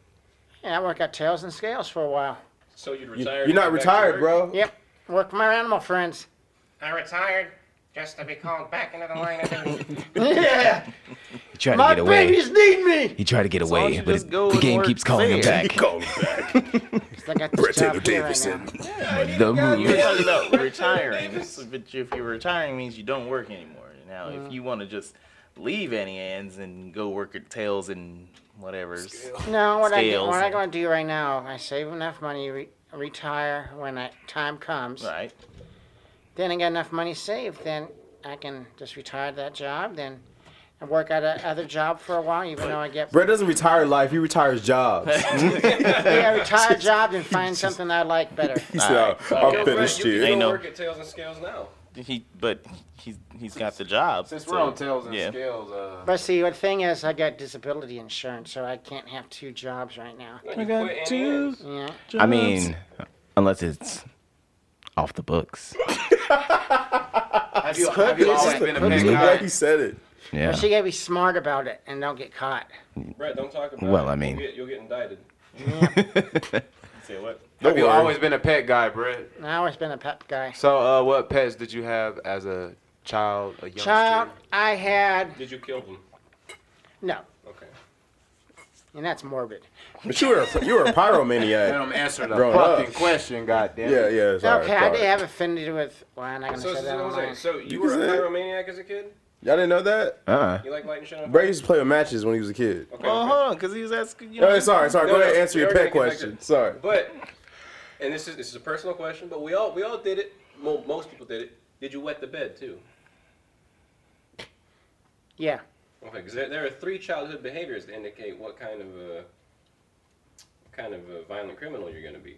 S6: Yeah, I work at tails and scales for a while.
S5: So you'd
S3: You,
S5: retire.
S3: are not retired, bro.
S6: Yep. Work with my animal friends.
S5: I retired just to be called back into the line of duty.
S6: Yeah,
S1: He tried
S6: my
S1: to get away.
S6: babies need me.
S1: He tried to get
S4: don't
S1: away,
S4: you
S1: but
S4: just
S1: it-
S4: go
S1: the
S4: and
S1: game
S4: work
S1: keeps calling him
S4: there?
S1: back.
S3: Call him back.
S6: I got this job here right now.
S1: The move.
S4: No, no, retiring. This is- But if you're retiring means you don't work anymore. Now,
S6: Mm.
S4: if you want to just leave any ends and go work at Tails and whatever's,
S6: No, what I do,
S4: Scales
S6: what I'm
S4: and-
S6: gonna do right now, I save enough money, re- retire when that time comes.
S4: right?
S6: Then I got enough money saved, then I can just retire that job, then I work at a other job for a while, even though I get
S3: Brett doesn't retire life, he retires jobs.
S6: yeah, retire a job and find something I like better.
S3: (laughs) He said,
S4: Alright,
S3: "I'll- I'll
S5: Yo,
S3: finish
S5: Brett, you
S3: you.
S5: can
S4: They
S5: go
S4: know.
S5: work at Tails and Scales now.
S4: He, but he's he's got the job.
S8: Since
S4: so-
S8: we're on tails and
S4: yeah.
S8: scales, uh,
S6: But see, the thing is, I got disability insurance, so I can't have two jobs right now.
S5: You quit Annie Ann's.
S6: Yeah.
S1: I mean, unless it's off the books.
S2: Have you, have
S3: It's
S2: you always
S3: just
S2: been
S3: the,
S2: a
S3: it's
S2: big
S3: the way he
S2: guy?
S3: said it.
S1: Yeah.
S6: But she gotta be smart about it and don't get caught.
S5: Brett, don't talk about
S1: Well,
S5: it.
S1: I mean-
S5: You'll get, you'll get indicted.
S1: (laughs)
S5: Say what?
S2: Have you
S3: worry.
S2: always been a pet guy, Brett?
S6: I always been a pep guy.
S2: So, uh, what pets did you have as a child, a youngster?
S6: Child, I had
S5: Did you kill them?
S6: no,
S5: Okay.
S6: and that's morbid.
S3: But you were a, you were a
S2: Let (laughs)
S3: pyromaniac.
S2: him answer the
S3: Grown up.
S2: fucking question, goddamn.
S3: Yeah, yeah. Sorry,
S6: okay, I
S3: sorry.
S6: did have affinity with. Well, I'm not gonna
S5: So,
S6: say
S5: so,
S6: that
S5: so,
S6: online.
S5: so you
S3: You
S5: were a
S3: can say it.
S5: pyromaniac as a kid?
S3: Y'all didn't know that?
S1: Uh-uh.
S5: You like lighting shit on fire?
S3: Bray used to play with matches when he was a kid.
S4: Well,
S5: Okay, okay.
S1: Uh-huh.
S4: hold on, because he was asking. You know,
S3: Oh, sorry, sorry.
S5: No,
S3: Go
S5: no,
S3: ahead and answer your
S5: we're
S3: pet
S5: gonna get back to-
S3: question. Sorry.
S5: But, and this is this is a personal question, but we all we all did it. Mo- most people did it. Did you wet the bed too?
S6: yeah,
S5: Okay, because there, there are three childhood behaviors that indicate what kind of a what kind of a violent criminal you're going to be.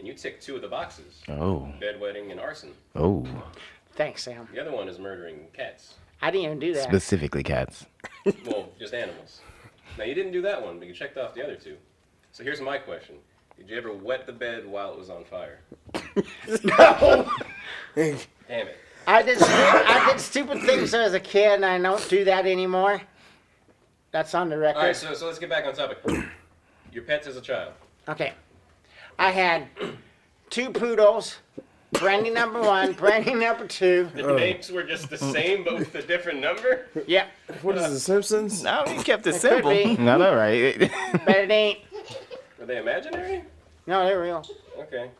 S5: And you tick two of the boxes:
S1: Oh.
S5: bedwetting and arson.
S1: Oh.
S6: thanks, Sam.
S5: The other one is murdering cats.
S6: I didn't even do that.
S1: Specifically cats.
S5: Well, just animals. Now you didn't do that one, but you checked off the other two. So here's my question: Did you ever wet the bed while it was
S3: (laughs)
S5: on fire? no. Damn it.
S6: I did stu- I did stupid things as a kid, and I don't do that anymore. That's on the record.
S5: All right, so so let's get back on topic. Your pets as a child.
S6: Okay, I had two poodles, brandy number one, brandy number two.
S3: (laughs) Oh.
S5: The names were just the same, but with a different number.
S6: Yep,
S3: What is the Simpsons?
S4: I mean, he kept it
S6: could
S4: simple.
S6: be,
S1: Not all right. (laughs)
S6: but it ain't.
S5: Are they imaginary?
S6: No, they're real.
S5: Okay.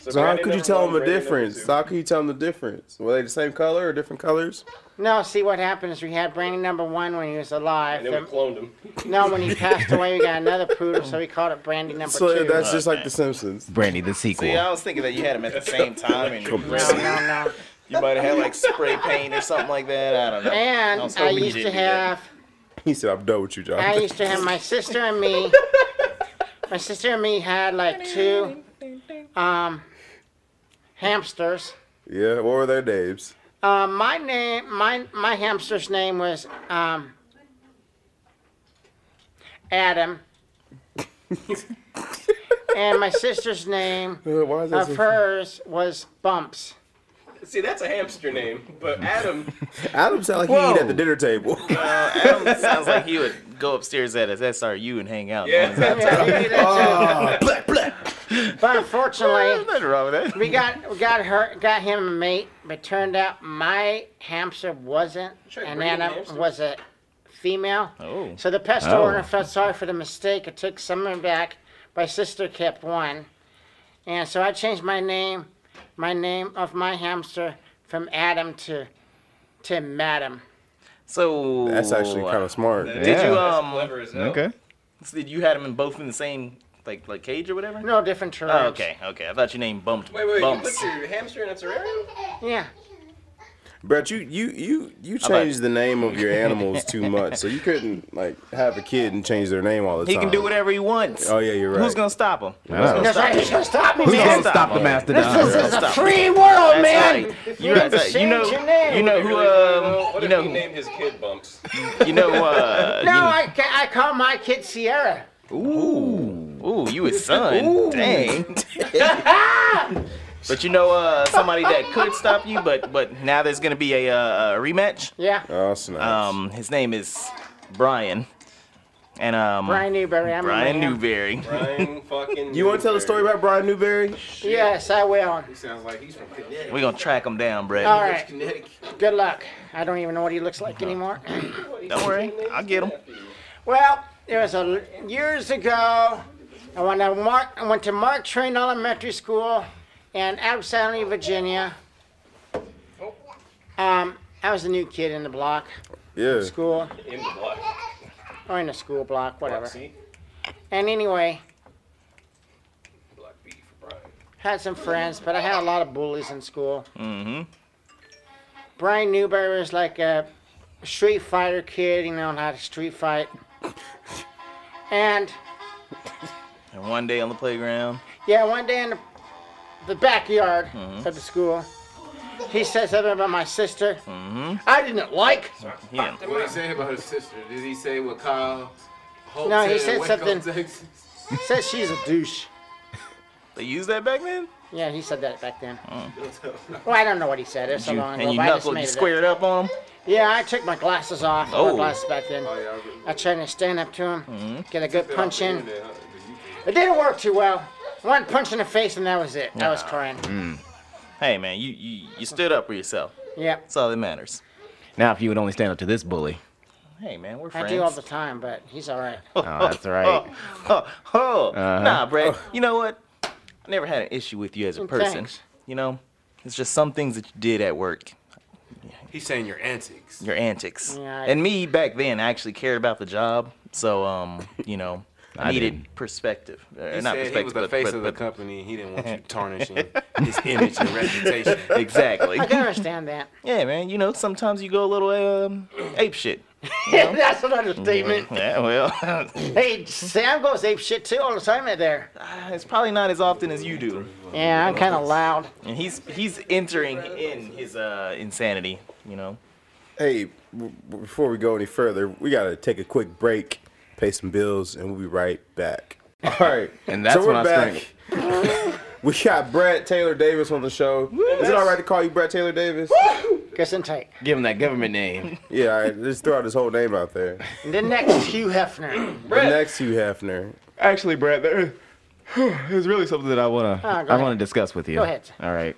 S3: So how
S5: Brandy
S3: could you
S5: number
S3: tell
S5: one,
S3: them a
S5: Brandy number
S3: difference?
S5: two.
S3: How could you tell them the difference? Were they the same color or different colors?
S6: No, see what happened is we had Brandy number one when he was alive.
S5: And then we cloned him.
S6: no, when he passed away, we got another poodle, so we called it Brandy number
S3: so
S6: two.
S3: that's just like the Simpsons.
S1: Brandy the sequel.
S4: See, uh, I was thinking that you had him at the same time, and you
S6: no, no, no.
S4: might have had like spray paint or something like that. I don't know.
S6: And
S4: I was
S6: I,
S4: hoping you
S6: used to
S4: didn't do that.
S6: have,
S3: (laughs) He said, "I'm done with you, John."
S6: I used to have my sister and me. My sister and me had like two um, hamsters.
S3: (laughs) yeah. What were their names?
S6: Um, my name, my my hamster's name was um,
S4: (laughs)
S6: Adam, and my sister's name
S3: Uh, Why is that?
S6: of
S3: so-
S6: hers was Bumps.
S5: (laughs) See, that's a hamster name, but Adam.
S3: Adam sound like he eat at the dinner table.
S4: Adam sounds like he would go upstairs at his SRU and hang out.
S5: Yeah.
S3: Oh.
S4: (laughs)
S6: But unfortunately,
S4: Nothing wrong with that.
S6: we got we got her got him a mate, but turned out my hamster wasn't
S5: Tried
S6: an
S5: breeding
S6: Anna
S5: hamsters?
S6: was a female.
S4: Oh.
S6: So the pest
S1: Oh.
S6: owner felt sorry for the mistake and took some of it back. My sister kept one. And so I changed my name, my name of my hamster from Adam to to Madam.
S4: So
S3: (laughs) That's actually kind of smart.
S5: Did
S4: Did
S1: Yeah.
S4: you
S5: That's
S4: um?
S5: clever as hell.
S1: Okay.
S4: so Did you had him in both in the same like like cage or whatever?
S6: No different terms.
S4: Oh, okay, okay. I thought you named bumped
S5: Wait, wait,
S4: bumps.
S5: you put your hamster in a terrarium?
S6: Yeah.
S3: Brett, you you you you
S4: about-
S3: changed the name of your animals too much, so you couldn't like have a kid and change their name all the
S4: He
S3: time.
S4: can do whatever he wants.
S3: Oh yeah, you're right.
S4: Who's gonna stop him?
S1: I know.
S6: That's right. Stop, (laughs) me,
S1: Who's
S6: man.
S1: gonna
S4: stop
S1: stop the
S4: him.
S1: master
S6: This
S1: dog?
S4: (laughs)
S6: is this is a
S4: Stop.
S6: free world,
S4: That's
S6: man.
S4: right. You, that's right. you know,
S6: change your name.
S4: you know who, um, you
S5: what if
S4: know,
S5: he named his kid Bumps?
S4: you know, uh,
S6: No, I, ca- I call my kid Sierra.
S4: you, ooh, you his son, dang. but you know, uh, somebody that could stop you, but but now there's gonna be a, uh, a rematch.
S6: Yeah.
S3: Oh snap.
S4: Um, his name is Brian, and um,
S6: Brian Newberry. I'm a
S4: Brian
S6: man.
S4: Newberry.
S5: Brian fucking.
S3: you want to tell the story about Brian Newberry?
S6: Yes, I will.
S8: He sounds like he's from Connecticut.
S4: We're gonna track him down, Brett.
S6: All right.
S8: Connecticut.
S6: Good luck. I don't even know what he looks like anymore. (clears throat)
S4: Don't worry, I'll get him.
S6: Well, there was a years ago, I went to Mark, I went to Mark Train Elementary School in Absalom, Virginia. Um, I was a new kid in the block,
S3: Yeah.
S6: school,
S5: In the block.
S6: or in the school block,
S5: Block
S6: whatever.
S5: C.
S6: And anyway,
S5: Block B for Brian.
S6: had some friends, but I had a lot of bullies in school.
S4: Mm-hmm.
S6: Brian Newberry was like a street fighter kid, you know, how to street fight. And
S4: And one day on the playground,
S6: Yeah, one day in the, the backyard
S4: Mm-hmm.
S6: of the school, he said something about my sister.
S4: Mm-hmm.
S6: I didn't like.
S4: he didn't
S8: What did he say about his sister? Did he say what Kyle Holt
S6: No, he
S8: said in
S6: said
S8: Waco,
S6: (laughs) something-
S8: Texas?
S6: Said she's a douche.
S4: They used that back then?
S6: Yeah, he said that back then. Well, I don't know what he said. It's so
S4: Oh. You-
S6: long ago.
S4: and you
S6: but I just
S4: knuckled,
S6: made
S4: you
S6: it up.
S4: squared up on them?
S6: Yeah, I took my glasses off.
S4: Oh. Mm-hmm.
S6: My glasses back then. I tried to stand up to him, get a good punch in. It didn't work too well. One punch in the face and that was it. I was
S4: Nah. Mm.
S6: crying.
S4: Hey, man, you, you, you stood up for yourself.
S6: Yep.
S4: That's all that matters.
S1: Now, if you would only stand up to this bully.
S4: Hey, man, we're
S6: I
S4: friends.
S6: do all the time, but he's all right.
S1: Oh, that's
S4: (laughs)
S1: right.
S4: Oh, oh.
S1: Uh-huh.
S4: Nah, Brad. You know what? I never had an issue with you as a
S6: Mm,
S4: person.
S6: thanks.
S4: You know, it's just some things that you did at work,
S2: He's saying your antics.
S4: your antics.
S6: Yeah, I-
S4: And me back then, I actually cared about the job. So, um,
S2: (laughs)
S4: you know, I,
S1: I
S4: needed
S1: didn't.
S4: perspective. Uh,
S2: He
S4: not
S2: said he was
S4: perspective,
S2: the
S4: but,
S2: face
S4: but-
S2: of the
S4: but-
S2: company. He didn't want
S4: (laughs)
S2: you tarnishing his image and reputation.
S4: Exactly.
S2: (laughs)
S6: I can understand that.
S4: (laughs) yeah, man. You know, sometimes you go a little
S2: (clears throat)
S4: um,
S2: (laughs)
S4: ape shit.
S6: (laughs) That's an understatement.
S4: (laughs) Yeah, well,
S6: (laughs) Hey, Sam goes ape shit too all the time in there.
S4: (laughs) it's probably not as often as you do.
S6: Yeah, I'm kind of loud.
S4: And he's he's entering in his uh, insanity. You know.
S3: Hey, w- w- before we go any further, we gotta take a quick break, pay some bills, and we'll be right back. All right,
S1: And that's when I
S3: (laughs) we got Brett Taylor Davis on the show. Is it all right to call you Brett Taylor Davis?
S6: Kiss and take.
S1: Give him that government name.
S3: Yeah, all right. Just throw out his whole name out there.
S6: And the next Hugh Hefner.
S3: The next Hugh Hefner.
S1: Actually, Brad, there, (sighs) there's really something that I wanna
S6: Ah, go
S1: I
S6: ahead.
S1: wanna discuss with you.
S6: Go ahead.
S1: All right.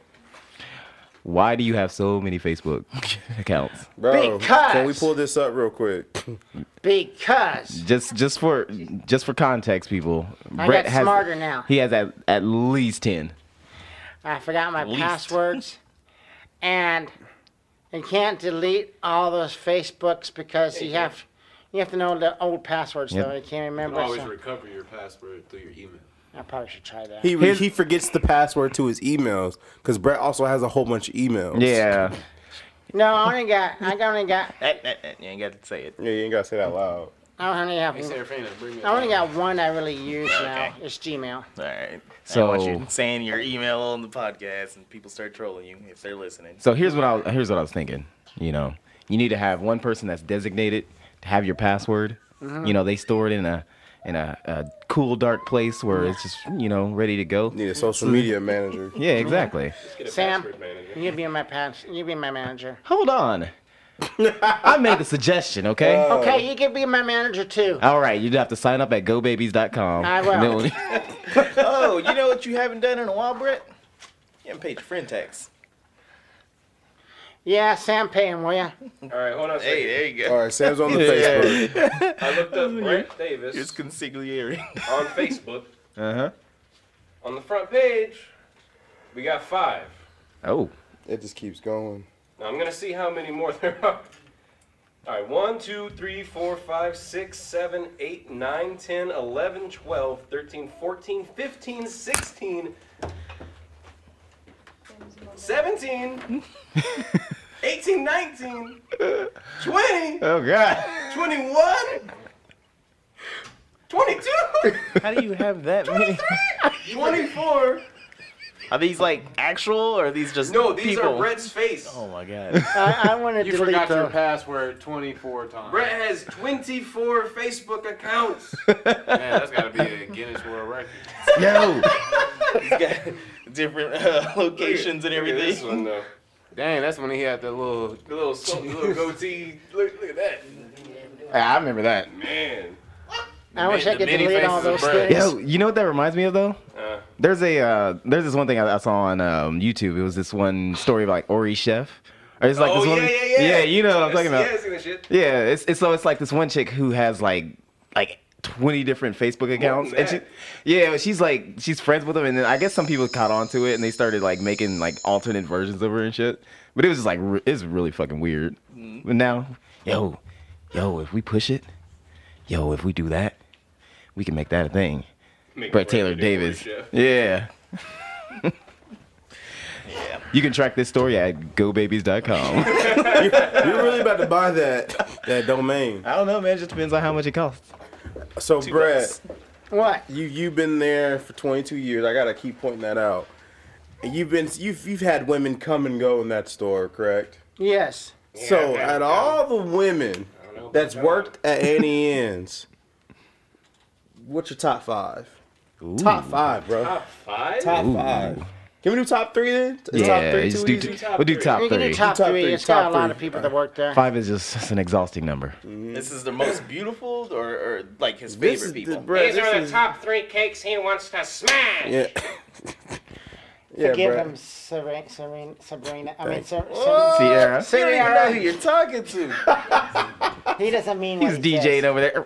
S1: Why do you have so many Facebook (laughs) accounts?
S3: Bro, can we
S6: Because-
S3: pull this up real
S1: (laughs)
S3: quick?
S6: Because
S1: Just just for just for context, people.
S6: I got smarter now.
S1: He has at, at least ten.
S6: I forgot my passwords. And you can't delete all those Facebooks because you have you have to know the old passwords
S1: Yep.
S6: though. You can't
S2: You
S6: remember.
S2: always
S6: so
S2: recover your password through your email.
S6: I probably should try that.
S3: He he forgets the password to his emails because Brett also has a whole bunch of emails.
S1: Yeah.
S6: no, I only got I only got
S4: Eh, eh, eh, you ain't got to say it.
S3: Yeah, you ain't gotta say that loud.
S6: I only have
S2: Hey, Serafina, bring me a
S6: I only got one I really use now.
S4: Okay.
S6: It's Gmail.
S4: All right. So
S1: So-
S4: I want you saying your email on the podcast, and people start trolling you if they're listening.
S1: So here's what I was- here's what I was thinking. You know, you need to have one person that's designated to have your password.
S6: Mm-hmm.
S1: You know, they store it in a in a, a cool dark place where it's just you know ready to go.
S3: Need a social
S1: Mm-hmm.
S3: media manager.
S1: Yeah, exactly.
S5: Get a
S6: Sam.
S5: password manager.
S6: You be my pass. You be my manager.
S1: Hold on. I made the suggestion, okay?
S6: Okay, you can be my manager too.
S1: All right, you'd have to sign up at gobabies.com.
S6: I will.
S1: And then-
S4: oh, you know what you haven't done in a while, Brett? You haven't paid your friend tax.
S6: Yeah, Sam, pay him, will ya?
S5: All right, hold on. A
S4: Hey,
S5: second.
S4: there you
S3: All
S4: go.
S3: right, Sam's on the Facebook.
S5: I
S3: (laughs)
S5: looked up Brent Davis
S4: It's consigliere.
S5: on Facebook.
S1: uh-huh.
S5: On the front page, we got five.
S1: Oh,
S3: It just keeps going.
S5: Now I'm gonna see how many more (laughs) there are. All right, 1, 2, 3, 4, 5, 6, 7, 8, 9, 10, 11, 12, 13, 14, 15, 16, 17, 18, 19, 20,
S1: oh God.
S5: 21, 22,
S4: How do you have that many?
S5: 24.
S4: Are these like actual, or are these just
S5: No, these
S4: people?
S5: are Brett's face.
S4: Oh my god.
S6: I, I want to
S2: You
S6: delete
S2: forgot your
S6: those.
S2: password 24 times.
S5: Brett has 24 Facebook accounts.
S2: Man, that's got to be a Guinness World Record.
S1: Yo.
S4: He's got different uh, locations and
S5: Look at this
S4: everything.
S5: one though.
S2: Dang, that's when he had the little.
S5: The little, the (laughs) little goatee. Look, look at that.
S1: I remember that.
S5: Man.
S6: I wish I
S2: the
S6: could
S2: many
S6: delete all
S2: faces of
S6: those
S2: Brad.
S6: things.
S1: Yo, you know what that reminds me of though?
S5: Uh,
S1: There's a uh, there's this one thing I, I saw on um, YouTube. It was this one story about like Ori Chef. Or it's like
S5: oh,
S1: this
S5: yeah,
S1: one,
S5: yeah, yeah.
S1: you know what I'm
S5: Yes,
S1: talking about.
S5: Yeah, I seen that shit.
S1: Yeah, it's, it's so it's like this one chick who has like like twenty different Facebook accounts, and she,
S5: that.
S1: yeah, she's like she's friends with them, and then I guess some people caught on to it and they started like making like alternate versions of her and shit. But it was just like re- it's really fucking weird. But now, yo, yo, if we push it, yo, if we do that, we can make that a thing.
S5: Make
S1: Brett
S5: it
S1: Taylor
S5: work, make it work,
S1: Davis,
S5: Jeff.
S1: (laughs) yeah. You can track this story at gobabies.com.
S3: You're really about to buy that that domain.
S1: (laughs) I don't know, man. It just depends on how much it costs.
S3: So Brett,
S4: bucks.
S6: What?
S3: you you've been there for 22 years. I gotta keep pointing that out. And you've been you've you've had women come and go in that store, correct?
S6: Yes.
S3: so
S5: I've had
S3: at
S5: them
S3: all the women
S5: know about
S3: that's
S5: that.
S3: worked at Annie Ann's, what's your top five? Top five, bro.
S5: Five?
S3: Top five. Can we do top three then? Is
S1: yeah,
S3: top three
S1: just
S3: too
S1: do
S3: easy?
S1: t- we'll do top
S6: We can
S1: three.
S6: do top,
S3: Top
S6: three.
S3: three,
S6: It's got
S3: top
S6: a lot
S3: three.
S6: of people that work there.
S1: Five is just it's an exhausting number.
S4: This is the most beautiful, or, or like his
S3: This
S4: favorite
S3: is
S4: people.
S3: the- bruh,
S8: These
S3: this
S8: are the
S3: is-
S8: top three cakes he wants to smash.
S3: (laughs) Yeah. yeah,
S6: Give
S3: bruh.
S6: them Serena, Serena, Sabrina. I mean,
S3: Thank
S6: Ser-
S1: Sierra,
S6: Ser- Serena.
S4: you're talking to.
S6: He doesn't mean what
S1: he's
S6: he
S1: DJing
S6: says.
S1: over there.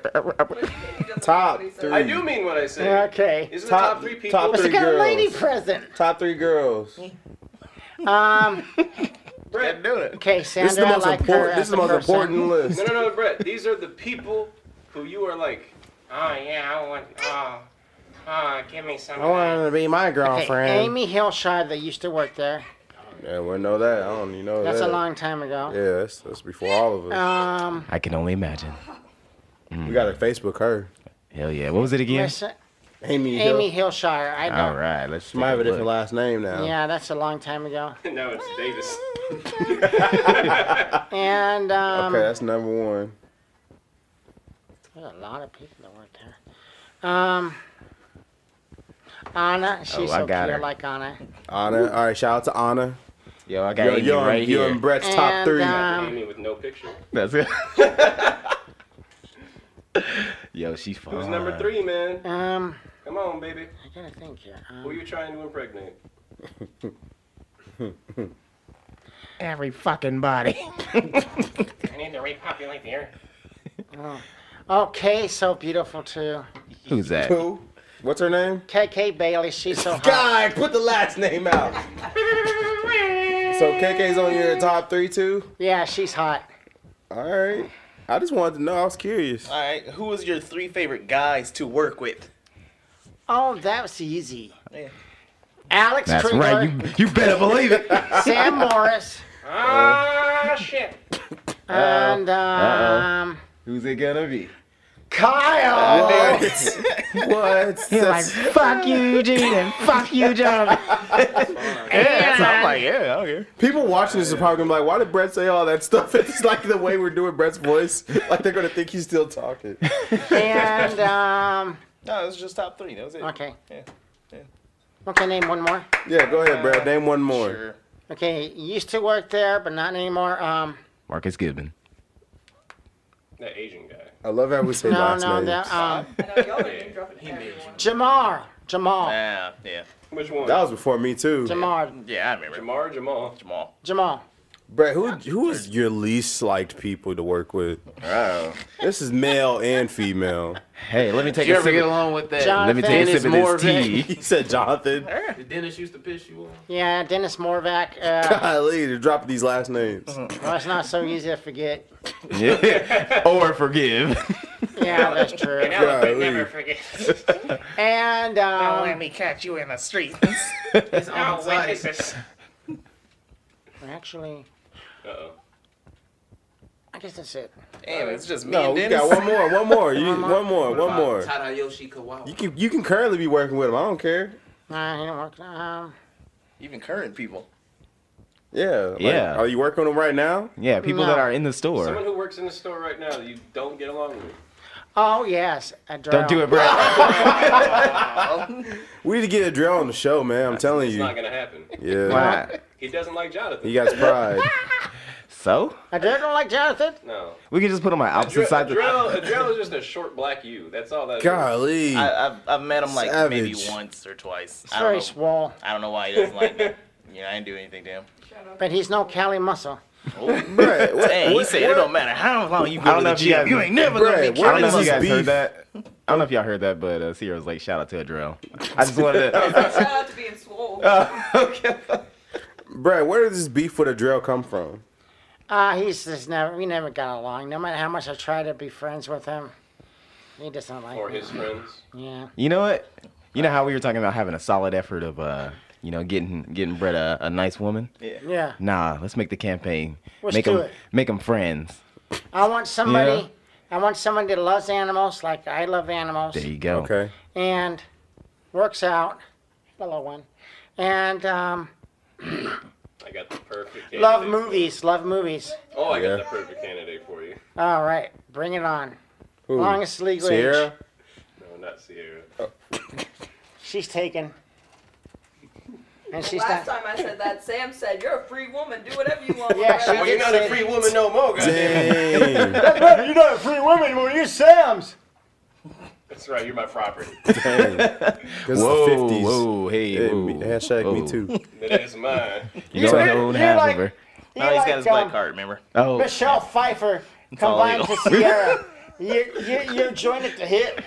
S3: Top
S5: I do mean what I say.
S6: Okay.
S5: These are
S3: Top-
S5: the top three people.
S3: top
S6: But you
S3: three
S6: got a lady
S3: girls.
S6: present.
S3: Top three girls.
S6: Um.
S5: Brett,
S6: Okay,
S3: This is
S6: Sandra.
S3: the most
S6: I like her
S3: important. This
S6: as
S3: is the
S6: a
S3: most
S6: person.
S3: important list.
S5: No, no, no, Brett. These are the people who you are like.
S8: Oh yeah, I want. Oh, oh, give me some.
S3: I want her to be my
S6: Okay,
S3: girlfriend.
S6: Amy Hillshire that used to work there.
S3: Yeah, we know that. I don't even know
S6: That's
S3: that.
S6: a long time ago.
S3: Oh, Yeah, that's, that's before all of us.
S6: Um,
S1: I can only imagine.
S3: we got to Facebook her.
S1: Hell yeah. What was it again?
S6: listen,
S3: Amy. Hill.
S6: Amy Hillshire. I
S1: All
S6: know.
S1: right, let's.
S3: She might have a
S1: take a
S3: different
S1: look.
S3: last name now.
S6: Yeah, that's a long time ago.
S5: now it's Davis.
S6: And um,
S3: Okay, that's number one.
S6: there's a lot of people that work there. Um, Anna, she's
S1: Oh, I
S6: so
S1: got
S6: cute. I
S1: her.
S6: like Anna.
S3: Anna. All right, shout out to Anna.
S1: Yo, I got
S3: Yo,
S1: Amy
S3: you and-
S1: right
S3: you
S1: here.
S3: and Brett's top
S6: And,
S3: three.
S6: um,
S5: Amy with no picture.
S1: That's it. (laughs) Yo, she's fine.
S5: Who's number three, man?
S6: Um,
S5: Come on, baby.
S6: I gotta think here.
S5: Who
S6: Um,
S5: you trying to impregnate?
S1: Every fucking body.
S8: I need to repopulate the earth.
S6: Uh, okay, so beautiful too.
S1: Who's that?
S3: Who? What's her name?
S6: KK Bailey, she's so hot.
S3: God, put the last name out. so KK's on your top three too.
S6: Yeah, she's hot.
S3: All right. I just wanted to know. I was curious.
S4: All right, who was your three favorite guys to work with?
S6: Oh, that was easy.
S4: Yeah.
S6: Alex
S1: That's
S6: Kruger,
S1: right. You you better believe it. (laughs)
S6: Sam Morris,
S8: Ah shit.
S6: and um,
S1: Who's it gonna be? (laughs)
S6: Kyle.
S3: what?
S1: He's like, fuck you, Eugene, and fuck you, John.
S4: Yeah, so I'm like, yeah, I don't care.
S3: People watching this are probably gonna be like, "Why did Brett say all that stuff?" (laughs) It's like the way we're doing Brett's voice. Like they're gonna think he's still talking.
S6: and um,
S4: No, it was just top three. That was it.
S6: okay.
S4: Yeah, yeah.
S6: Okay, name one more.
S3: Yeah, go ahead, Brett. Name one more.
S4: Sure.
S6: Okay, you used to work there, but not anymore. Um,
S1: Marcus Goodman.
S5: That Asian guy.
S3: I love how we say
S6: no,
S3: last
S6: no,
S3: names.
S6: the, um,
S7: I know
S3: (laughs)
S7: y'all are name dropping everyone.
S6: Jamar, Jamal,
S4: Ah, yeah,
S5: Which one?
S3: That was before me too.
S6: Jamar,
S4: yeah, I remember.
S5: Jamar Jamal.
S4: Jamal.
S6: Jamal.
S3: Brett, who who is your least liked people to work with?
S4: Oh.
S3: This is male and female.
S1: Hey, let me take a sip. Of,
S4: along with that?
S6: John-
S1: let me take a
S4: Dennis
S1: sip of this
S4: Morvan?
S1: tea.
S3: He said Jonathan.
S8: Did Dennis used to piss you off?
S6: Yeah, Dennis Morvac.
S1: (laughs)
S3: (laughs)
S6: Uh,
S3: Golly, they're dropping these last names.
S6: well, it's not so easy to forget. (laughs)
S1: Yeah. or forgive.
S6: Yeah, that's
S4: (laughs)
S6: true.
S3: Golly.
S8: Never forget.
S6: And um,
S4: me catch you in the
S6: (laughs)
S4: street.
S8: It's all witnesses.
S6: actually,
S5: Uh-oh.
S6: I guess that's it.
S4: Damn, it's just me
S3: No,
S4: and
S3: we
S4: Dennis.
S3: got one more, one more, you, one more, one more.
S8: Tadayoshi Kawawa.
S3: You can you can currently be working with him. I don't care.
S6: Nah, he didn't work. Um,
S4: Even current people.
S3: Yeah. like,
S1: Yeah.
S3: Are you working with him right now?
S1: Yeah, people that
S6: No.
S1: are in the store.
S5: Someone who works in the store right now that you don't get along with.
S6: oh yes, a
S1: Don't do
S6: drown.
S1: it, Brett.
S3: We need to get a drill on the show, man. I'm telling
S5: It's
S3: you.
S5: not gonna happen.
S3: Yeah.
S1: Why?
S5: He doesn't like Jonathan.
S3: He got pride.
S5: (laughs)
S1: So
S6: I don't like Jonathan.
S5: No.
S1: we can just put them on opposite sides. of-
S5: Adrel,
S3: (laughs)
S5: Adrel is just a short black you. That's all that is.
S3: Golly.
S4: I, I've, I've met him like maybe
S3: Hmm. Savage.
S4: once or twice.
S6: It's
S4: I don't,
S6: very
S4: know,
S6: swole,
S4: I don't know why he doesn't like me. (laughs) Yeah, I didn't do anything to him.
S7: Shut up.
S6: but he's no Cali Muscle.
S3: Brett, what,
S4: Hey, he
S3: what-
S4: said it
S3: what-
S4: don't matter how long you go
S1: I don't
S4: to
S1: know if
S4: the
S1: you
S4: gym,
S1: guys-
S4: you ain't never gonna
S3: Brett,
S4: be
S1: I
S3: where
S1: don't know if
S3: is
S1: you guys
S3: this
S1: heard
S3: beef?
S1: that. I don't know if y'all heard that, but uh, Sierra was like, "Shout out to Adrell." I just wanted
S3: (laughs)
S1: to.
S7: Shout out to being swole.
S3: Uh. Brett, where does this beef with a drill come from?
S6: Uh, he's just never. We never got along. No matter how much I try to be friends with him, he doesn't like
S5: Or
S6: me.
S5: his friends.
S6: Yeah.
S1: You know what? You know how we were talking about having a solid effort of, uh, you know, getting getting Brett a, a nice woman.
S6: Yeah.
S1: Nah, let's make the campaign.
S6: Let's
S1: make
S6: do
S1: them
S6: it.
S1: make them friends.
S6: I want somebody. I want somebody that loves animals like I love animals,
S1: There you go.
S3: Okay.
S6: and works out. Hello, one. And um,
S5: I got the perfect candidate.
S6: love
S5: for-
S6: movies. Love movies.
S5: Oh, I
S3: Yeah.
S5: got the perfect candidate for you.
S6: All right, bring it on.
S3: Who?
S5: (laughs)
S6: Longest legal age.
S3: Sierra?
S5: No, not Sierra.
S6: She's taken. And she's
S7: Last
S6: not.
S7: time I said that, Sam said, "You're a free woman. Do whatever you want."
S6: Yeah, she
S7: whatever
S5: Well,
S7: you
S5: you're not a free woman no more, goddamn.
S3: Dang.
S6: (laughs) You're not a free woman anymore. You're Sam's.
S5: That's right, you're my property.
S3: Dang. This
S1: Whoa,
S3: is the 50s.
S1: whoa, hey,
S3: Hey,
S1: whoa,
S3: me- hashtag
S1: whoa.
S3: me too.
S5: That is mine.
S1: You don't
S6: You're-
S1: own
S6: you're
S1: half
S6: like-
S1: of her.
S4: No, he's got his black
S6: um,
S4: card, remember?
S1: Oh,
S6: Michelle Pfeiffer
S4: all
S6: combined to Sierra. (laughs) you, you, you're joined at the hip.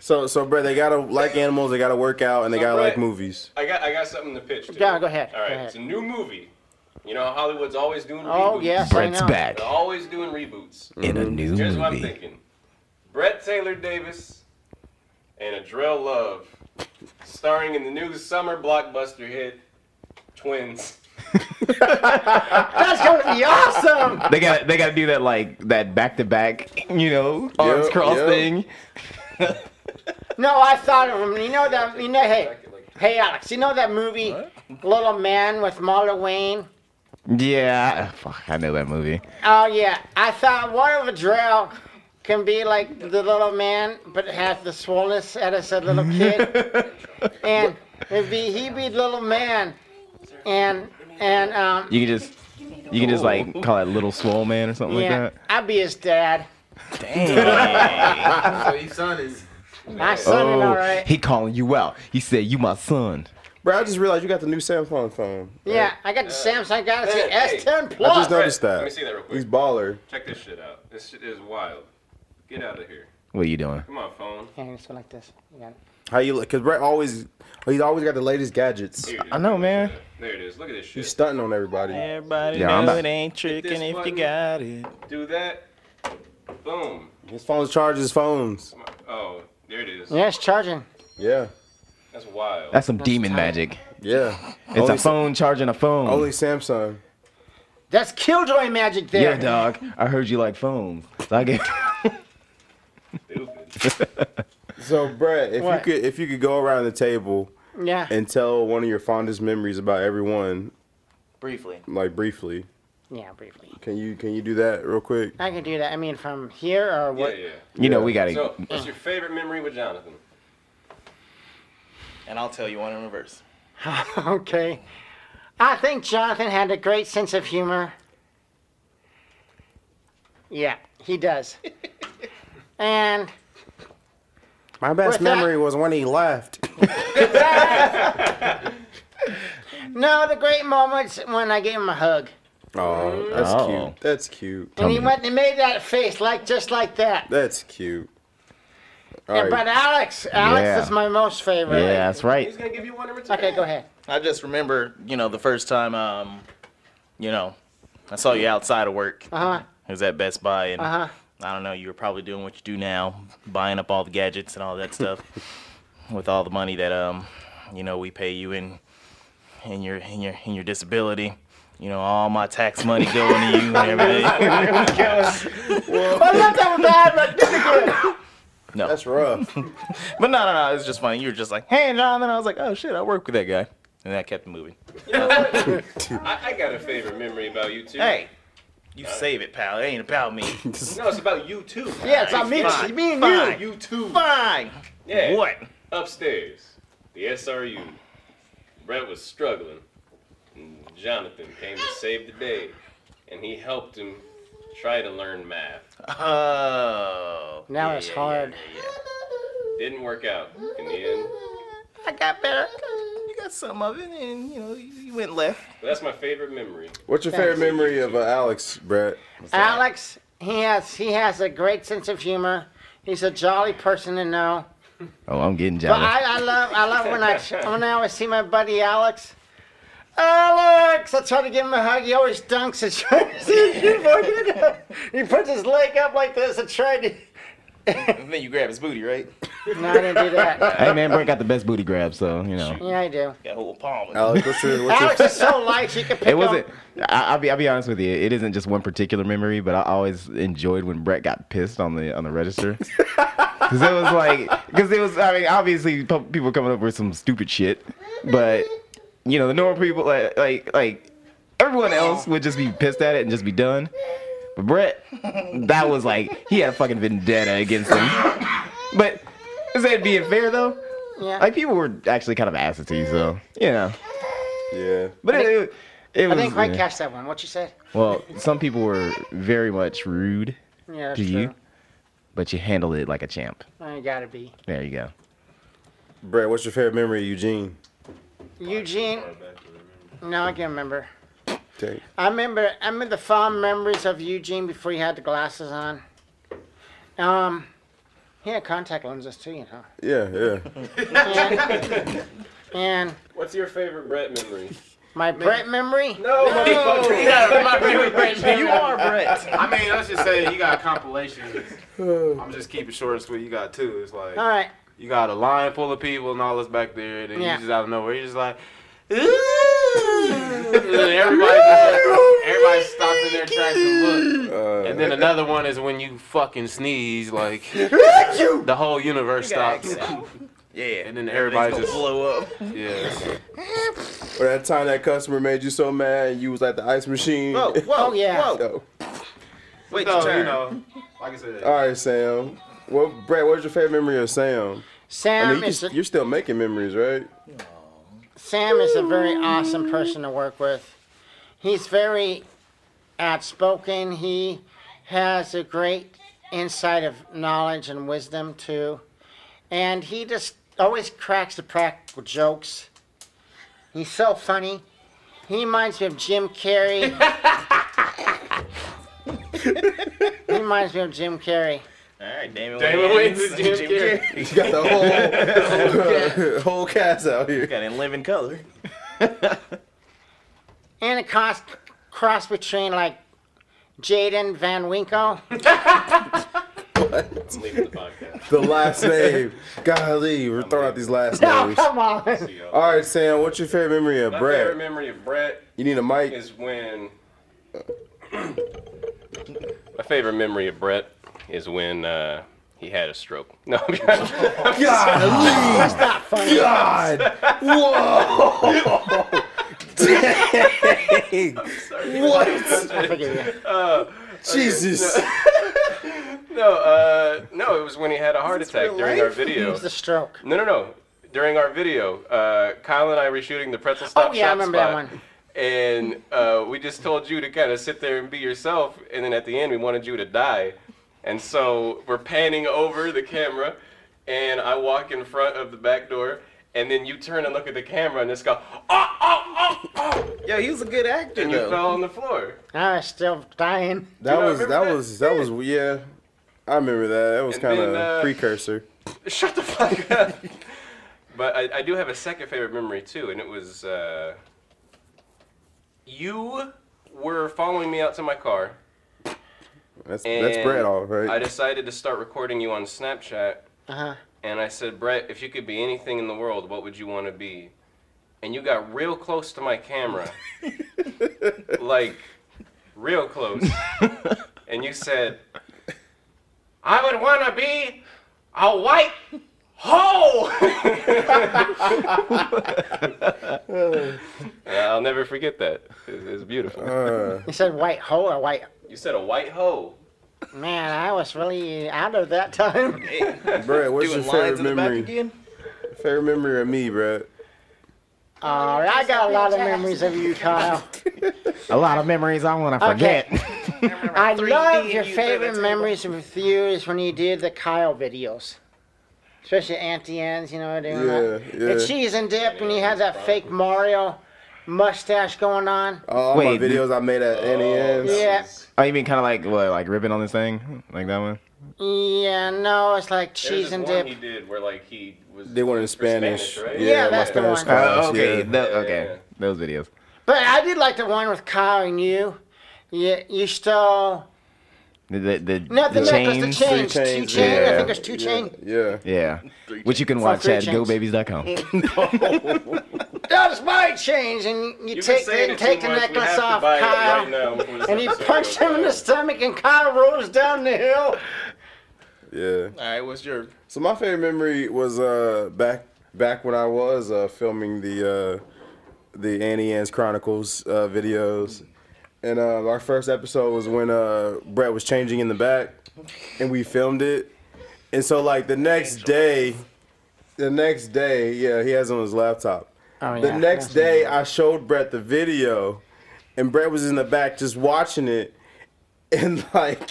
S3: So, so, bro, they gotta like animals, they gotta work out, and they
S5: So,
S3: gotta
S5: Brett-
S3: like movies.
S5: I got I got something to pitch to.
S6: Yeah, go ahead,
S5: All right,
S6: go ahead.
S5: it's a new movie. You know, Hollywood's always doing reboots.
S6: Oh, yes,
S1: Brett's
S6: I know.
S1: back
S5: They're always doing reboots.
S1: in a new
S5: Here's what I'm
S1: movie.
S5: thinking. Brett Taylor Davis and Adrell Love starring in the new summer blockbuster hit Twins.
S6: That's gonna be awesome.
S1: They got they got to do that like that back to back, (laughs) you know, arms
S3: Yep,
S1: cross
S3: yep.
S1: thing.
S6: No, I thought of him. You know that. You know, hey,
S5: Like, like,
S6: hey, Alex. You know that movie, Little Man with Marlon Wayne.
S1: Yeah, fuck, I know that movie.
S6: Oh yeah, I thought one of a drill can be like the little man, but has the swollenness as a little kid, and it'd be he be little man, and and um
S1: You can just you can just like call it Little Swole Man or something
S6: yeah,
S1: like that.
S6: I'd be his dad.
S2: So his son is.
S6: My son,
S1: Oh.
S6: and all right.
S1: he calling you out. He said, "You my son."
S3: Bro, I just realized you got the new Samsung phone.
S6: Yeah, I got the Samsung guy.
S5: hey, hey.
S6: It's S10
S3: I
S6: Plus.
S3: just noticed
S5: Brett, Let me
S3: that.
S5: see that real quick.
S3: He's baller.
S5: Check this shit out. This shit is wild. Get out of here.
S1: What are you doing?
S5: Come on, phone.
S6: Yeah, just go like this. You got it.
S3: How you look? Cause Brett always, he's always got the latest gadgets.
S5: Here it is.
S1: I know, man.
S5: There it is. Look at this shit.
S3: He's stunting on everybody.
S4: Everybody
S1: Yeah, I'm
S4: know
S1: not-
S4: it ain't tricking
S5: this
S4: if you
S5: button.
S4: got it.
S5: Do that. Boom.
S3: His phones charge his phones.
S5: Oh, there it is.
S6: Yeah, it's charging.
S3: Yeah,
S5: That's wild.
S1: That's some demon magic.
S3: yeah.
S1: It's
S3: only
S1: a phone charging a phone.
S3: Only Samsung.
S6: That's killjoy magic there.
S1: yeah, dog. I heard you like phones. So I get. (laughs)
S5: stupid.
S3: So, Brett, if
S6: What?
S3: you could, if you could go around the table
S6: Yeah.
S3: and tell one of your fondest memories about everyone,
S4: Briefly.
S3: like briefly,
S6: Yeah, briefly.
S3: can you can you do that real quick?
S6: I can do that. I mean, from here or
S5: yeah,
S6: what?
S5: yeah.
S1: You know, we gotta.
S5: So, what's your favorite memory with Jonathan?
S4: And I'll tell you one in reverse.
S6: (laughs) okay. I think Jonathan had a great sense of humor. Yeah, he (laughs) does. and
S3: My best
S6: With that-
S3: memory was when he left.
S6: no, the great moments when I gave him a hug.
S3: Oh, that's
S1: Oh.
S3: cute. That's cute.
S6: And he
S1: Um,
S6: went and made that face like just like that.
S3: That's cute. All
S6: And, but
S3: right.
S6: Alex, Alex
S1: Yeah.
S6: is my most favorite.
S1: yeah, that's right.
S5: He's gonna give you one in return.
S6: Okay, go ahead.
S4: I just remember, you know, the first time, um, you know, I saw you outside of work.
S6: Uh huh.
S4: It was at Best Buy, and
S6: Uh huh.
S4: I don't know, you were probably doing what you do now, buying up all the gadgets and all that
S6: (laughs)
S4: stuff with all the money that um, you know, we pay you in in your in your in your disability. You know, all my tax money going to
S6: (laughs)
S4: you and everything.
S6: Well, not that bad, but (laughs) this is good.
S4: No.
S3: That's rough.
S4: But no, no, no, it was just funny. You were just like, hey, John. And I was like, oh, shit, I work with that guy. And that kept moving.
S5: I, I got a favorite memory about you too.
S4: Hey, you save it, pal. It ain't about me.
S5: No, it's about you too.
S6: (laughs) Yeah, it's not me. It's
S4: Fine,
S6: me and
S4: fine.
S6: you.
S5: You too.
S4: Fine.
S5: Yeah.
S4: What?
S5: Upstairs, the SRU. Brett was struggling. And Jonathan came to save the day, and he helped him try to learn math.
S4: Oh.
S6: Now
S4: yeah,
S6: it's
S4: yeah,
S6: hard.
S4: yeah, yeah.
S5: Didn't work out in the end.
S4: I got better. You got some of it, and you know you, you went left.
S5: But that's my favorite memory.
S3: What's your favorite memory of uh, Alex, Brett?
S6: Alex, he has he has a great sense of humor. He's a jolly person to know.
S1: Oh, I'm getting
S6: But
S1: jealous.
S6: I, I love I love when I when I always see my buddy Alex. Alex, I try to give him a hug. He always dunks his (laughs) shirt. he puts his leg up like this and try to.
S4: And then you grab his booty, right?
S6: No, I didn't do that.
S1: hey, man, Brett got the best booty grab, so you know.
S6: Yeah, I do.
S4: Got a whole palm.
S3: Alex, what's your
S6: (laughs)
S3: what's your
S6: Alex is so light, you can pick
S1: It wasn't.
S6: him.
S1: I, I'll be. I'll be honest with you. It isn't just one particular memory, but I always enjoyed when Brett got pissed on the on the register. Because it was like, because it was. I mean, obviously, pu- people coming up with some stupid shit, but you know, the normal people, like, like, like everyone else would just be pissed at it and just be done. But Brett, that was like he had a fucking vendetta against him. But is that being fair though?
S6: Yeah.
S1: Like people were actually kind of asses to you, so you know.
S3: Yeah.
S1: But it, it, it
S6: I
S1: was.
S6: didn't quite
S1: yeah.
S6: catch that one. What you said?
S1: Well, some people were very much rude
S6: Yeah, that's
S1: to
S6: true.
S1: you, but you handled it like a champ.
S6: I gotta be.
S1: There you go.
S3: Brett, what's your favorite memory of Eugene?
S6: Eugene. No, I can't remember.
S3: Take.
S6: I remember. I remember the fond memories of Eugene before he had the glasses on. Um, he had contact lenses too, you know.
S3: Yeah, yeah.
S6: And, and
S5: What's your favorite Brett memory?
S6: my Brett memory.
S5: No, motherfucker.
S4: you are Brett.
S2: I mean, let's just say you got compilations. (sighs) I'm just keeping short and sweet. You got two. It's like
S6: All right.
S2: you got a line full of people and all this back there, and then
S6: Yeah.
S2: you just out of nowhere, you're just like, "Ooh." and everybody, just, everybody stops in their tracks and look.
S3: Uh,
S2: And then another one is when you fucking sneeze, like the whole universe stops.
S4: Yeah.
S2: And then everybody
S4: Everything's
S2: just
S4: gonna
S2: (laughs)
S4: blow up.
S2: yeah.
S3: or that time that customer made you so mad, and you was at the ice machine.
S4: Whoa, whoa,
S6: Oh, yeah.
S4: whoa.
S3: (laughs) Yo.
S4: Wait your
S2: So
S4: turn.
S2: you know, like I said,
S3: All right, Sam. Well, Brett, what's your favorite memory of Sam? I
S6: Sam
S3: mean, you,
S6: is
S3: just- you're still making memories, right?
S6: Sam is a very awesome person to work with. He's very outspoken. He has a great insight of knowledge and wisdom too, and he just always cracks the practical jokes. He's so funny. He reminds me of Jim Carrey. he reminds me of Jim Carrey.
S4: All right, Damon,
S2: Damon
S4: Wayans,
S2: Wayans, Jim Carrey.
S3: You got the
S6: (laughs)
S3: whole whole cast out here.
S4: Got in living color.
S6: And a cross, cross between like Jaden Van Winkle.
S5: I'm leaving the podcast.
S3: The last name. Golly, we're throwing out these last names.
S6: (laughs) Come on.
S5: See y'all.
S3: All right, Sam. What's your favorite memory of
S5: My favorite
S3: Brett?
S5: memory of Brett
S3: You need a mic.
S5: is when. (coughs) My favorite memory of Brett is when uh, he had a stroke. (laughs) No, I'm joking.
S3: God,
S6: Not funny.
S3: God,
S6: (laughs)
S3: whoa, dang, what?
S6: I forgive you.
S3: Jesus,
S5: no, uh, no. It was when he had a heart attack during our video.
S6: It's the stroke.
S5: No, no, no. During our video, uh, Kyle and I were shooting the pretzel stop.
S6: Oh, yeah, I
S5: Shop
S6: remember that
S5: spot,
S6: one.
S5: And uh, we just told you to kind of sit there and be yourself, and then at the end we wanted you to die, and so we're panning over the camera, and I walk in front of the back door, and then you turn and look at the camera and just go, oh, oh, oh, oh,
S4: Yo, he was a good actor
S5: and you
S4: though.
S5: fell on the floor.
S6: I was still dying.
S3: that
S5: I
S3: was
S5: remember
S3: that
S5: that.
S3: was that was yeah. I remember that. That was
S5: And
S3: kind of
S5: then, uh,
S3: precursor.
S5: Shut the fuck up. (laughs) but I, I do have a second favorite memory too, and it was uh, you were following me out to my car.
S3: That's
S5: And
S3: that's Brett, all
S5: I
S3: right.
S5: decided to start recording you on Snapchat,
S6: Uh-huh.
S5: and I said, Brett, if you could be anything in the world, what would you want to be? And you got real close to my camera, like real close, and you said, I would want to be a white hoe. I'll never forget that. It's, it's beautiful.
S3: Uh,
S6: You said white hoe or white
S5: You said a white hoe.
S6: man, I was really out of that time.
S3: Brett, what's your
S4: Doing
S3: favorite
S4: lines in the back
S3: memory?
S4: again.
S3: Favorite memory of me, Brett.
S6: All right, Uh, I got a lot of memories of you, Kyle.
S1: A lot of memories I want to
S6: Okay.
S1: forget. (laughs)
S6: I love
S4: you
S6: your
S4: through
S6: favorite
S4: the table.
S6: memories with you is when you did the Kyle videos. Especially Auntie Anne's, you know, doing
S3: Yeah,
S6: that. The
S3: yeah.
S6: cheese and dip, and you had that fake Mario mustache going on.
S3: All
S1: Wait,
S3: my videos I made
S4: Oh,
S3: at E NES.
S6: Yeah.
S1: oh, you mean kind of like what, like ribbon on this thing, like that one?
S6: Yeah, no, it's like
S5: There was
S6: cheese
S5: this
S6: and
S5: one
S6: dip.
S5: He did where like he was.
S3: They were in
S5: for
S3: Spanish.
S5: right?
S3: Yeah,
S6: Yeah,
S3: my
S6: that's the
S3: Spanish
S6: one.
S3: class.
S1: Oh, okay,
S3: yeah.
S1: tho- okay,
S5: Yeah.
S1: those videos.
S6: But I did like the one with Kyle and you. You, you stole
S1: The the, the,
S6: no the,
S1: the
S6: necklace,
S1: chains.
S6: the chains, two
S3: chains,
S6: chain. I
S1: yeah.
S6: think there's two chain.
S3: Yeah.
S1: Yeah, which you can watch
S6: three
S1: at
S6: chains.
S1: GoBabies.com.
S6: That's my chains, and you,
S5: You've been
S6: take
S5: saying
S6: the
S5: it too
S6: take the
S5: much. We have
S6: necklace
S5: to
S6: off,
S5: buy it
S6: Kyle,
S5: right now before this
S6: and you
S5: episode
S6: punched
S5: goes
S6: him in the
S5: out.
S6: stomach, and Kyle rolls down the hill.
S3: Yeah.
S4: All right,
S2: (laughs)
S4: what's your?
S3: So my favorite memory was uh back back when I was uh filming the uh the Annie Ann's Chronicles uh videos. And uh our first episode was when uh Brett was changing in the back and we filmed it. And so like the next day the next day, yeah, he has it on his laptop.
S6: Oh,
S3: The
S6: yeah.
S3: next day, I showed Brett the video, and Brett was in the back just watching it, and (laughs) like,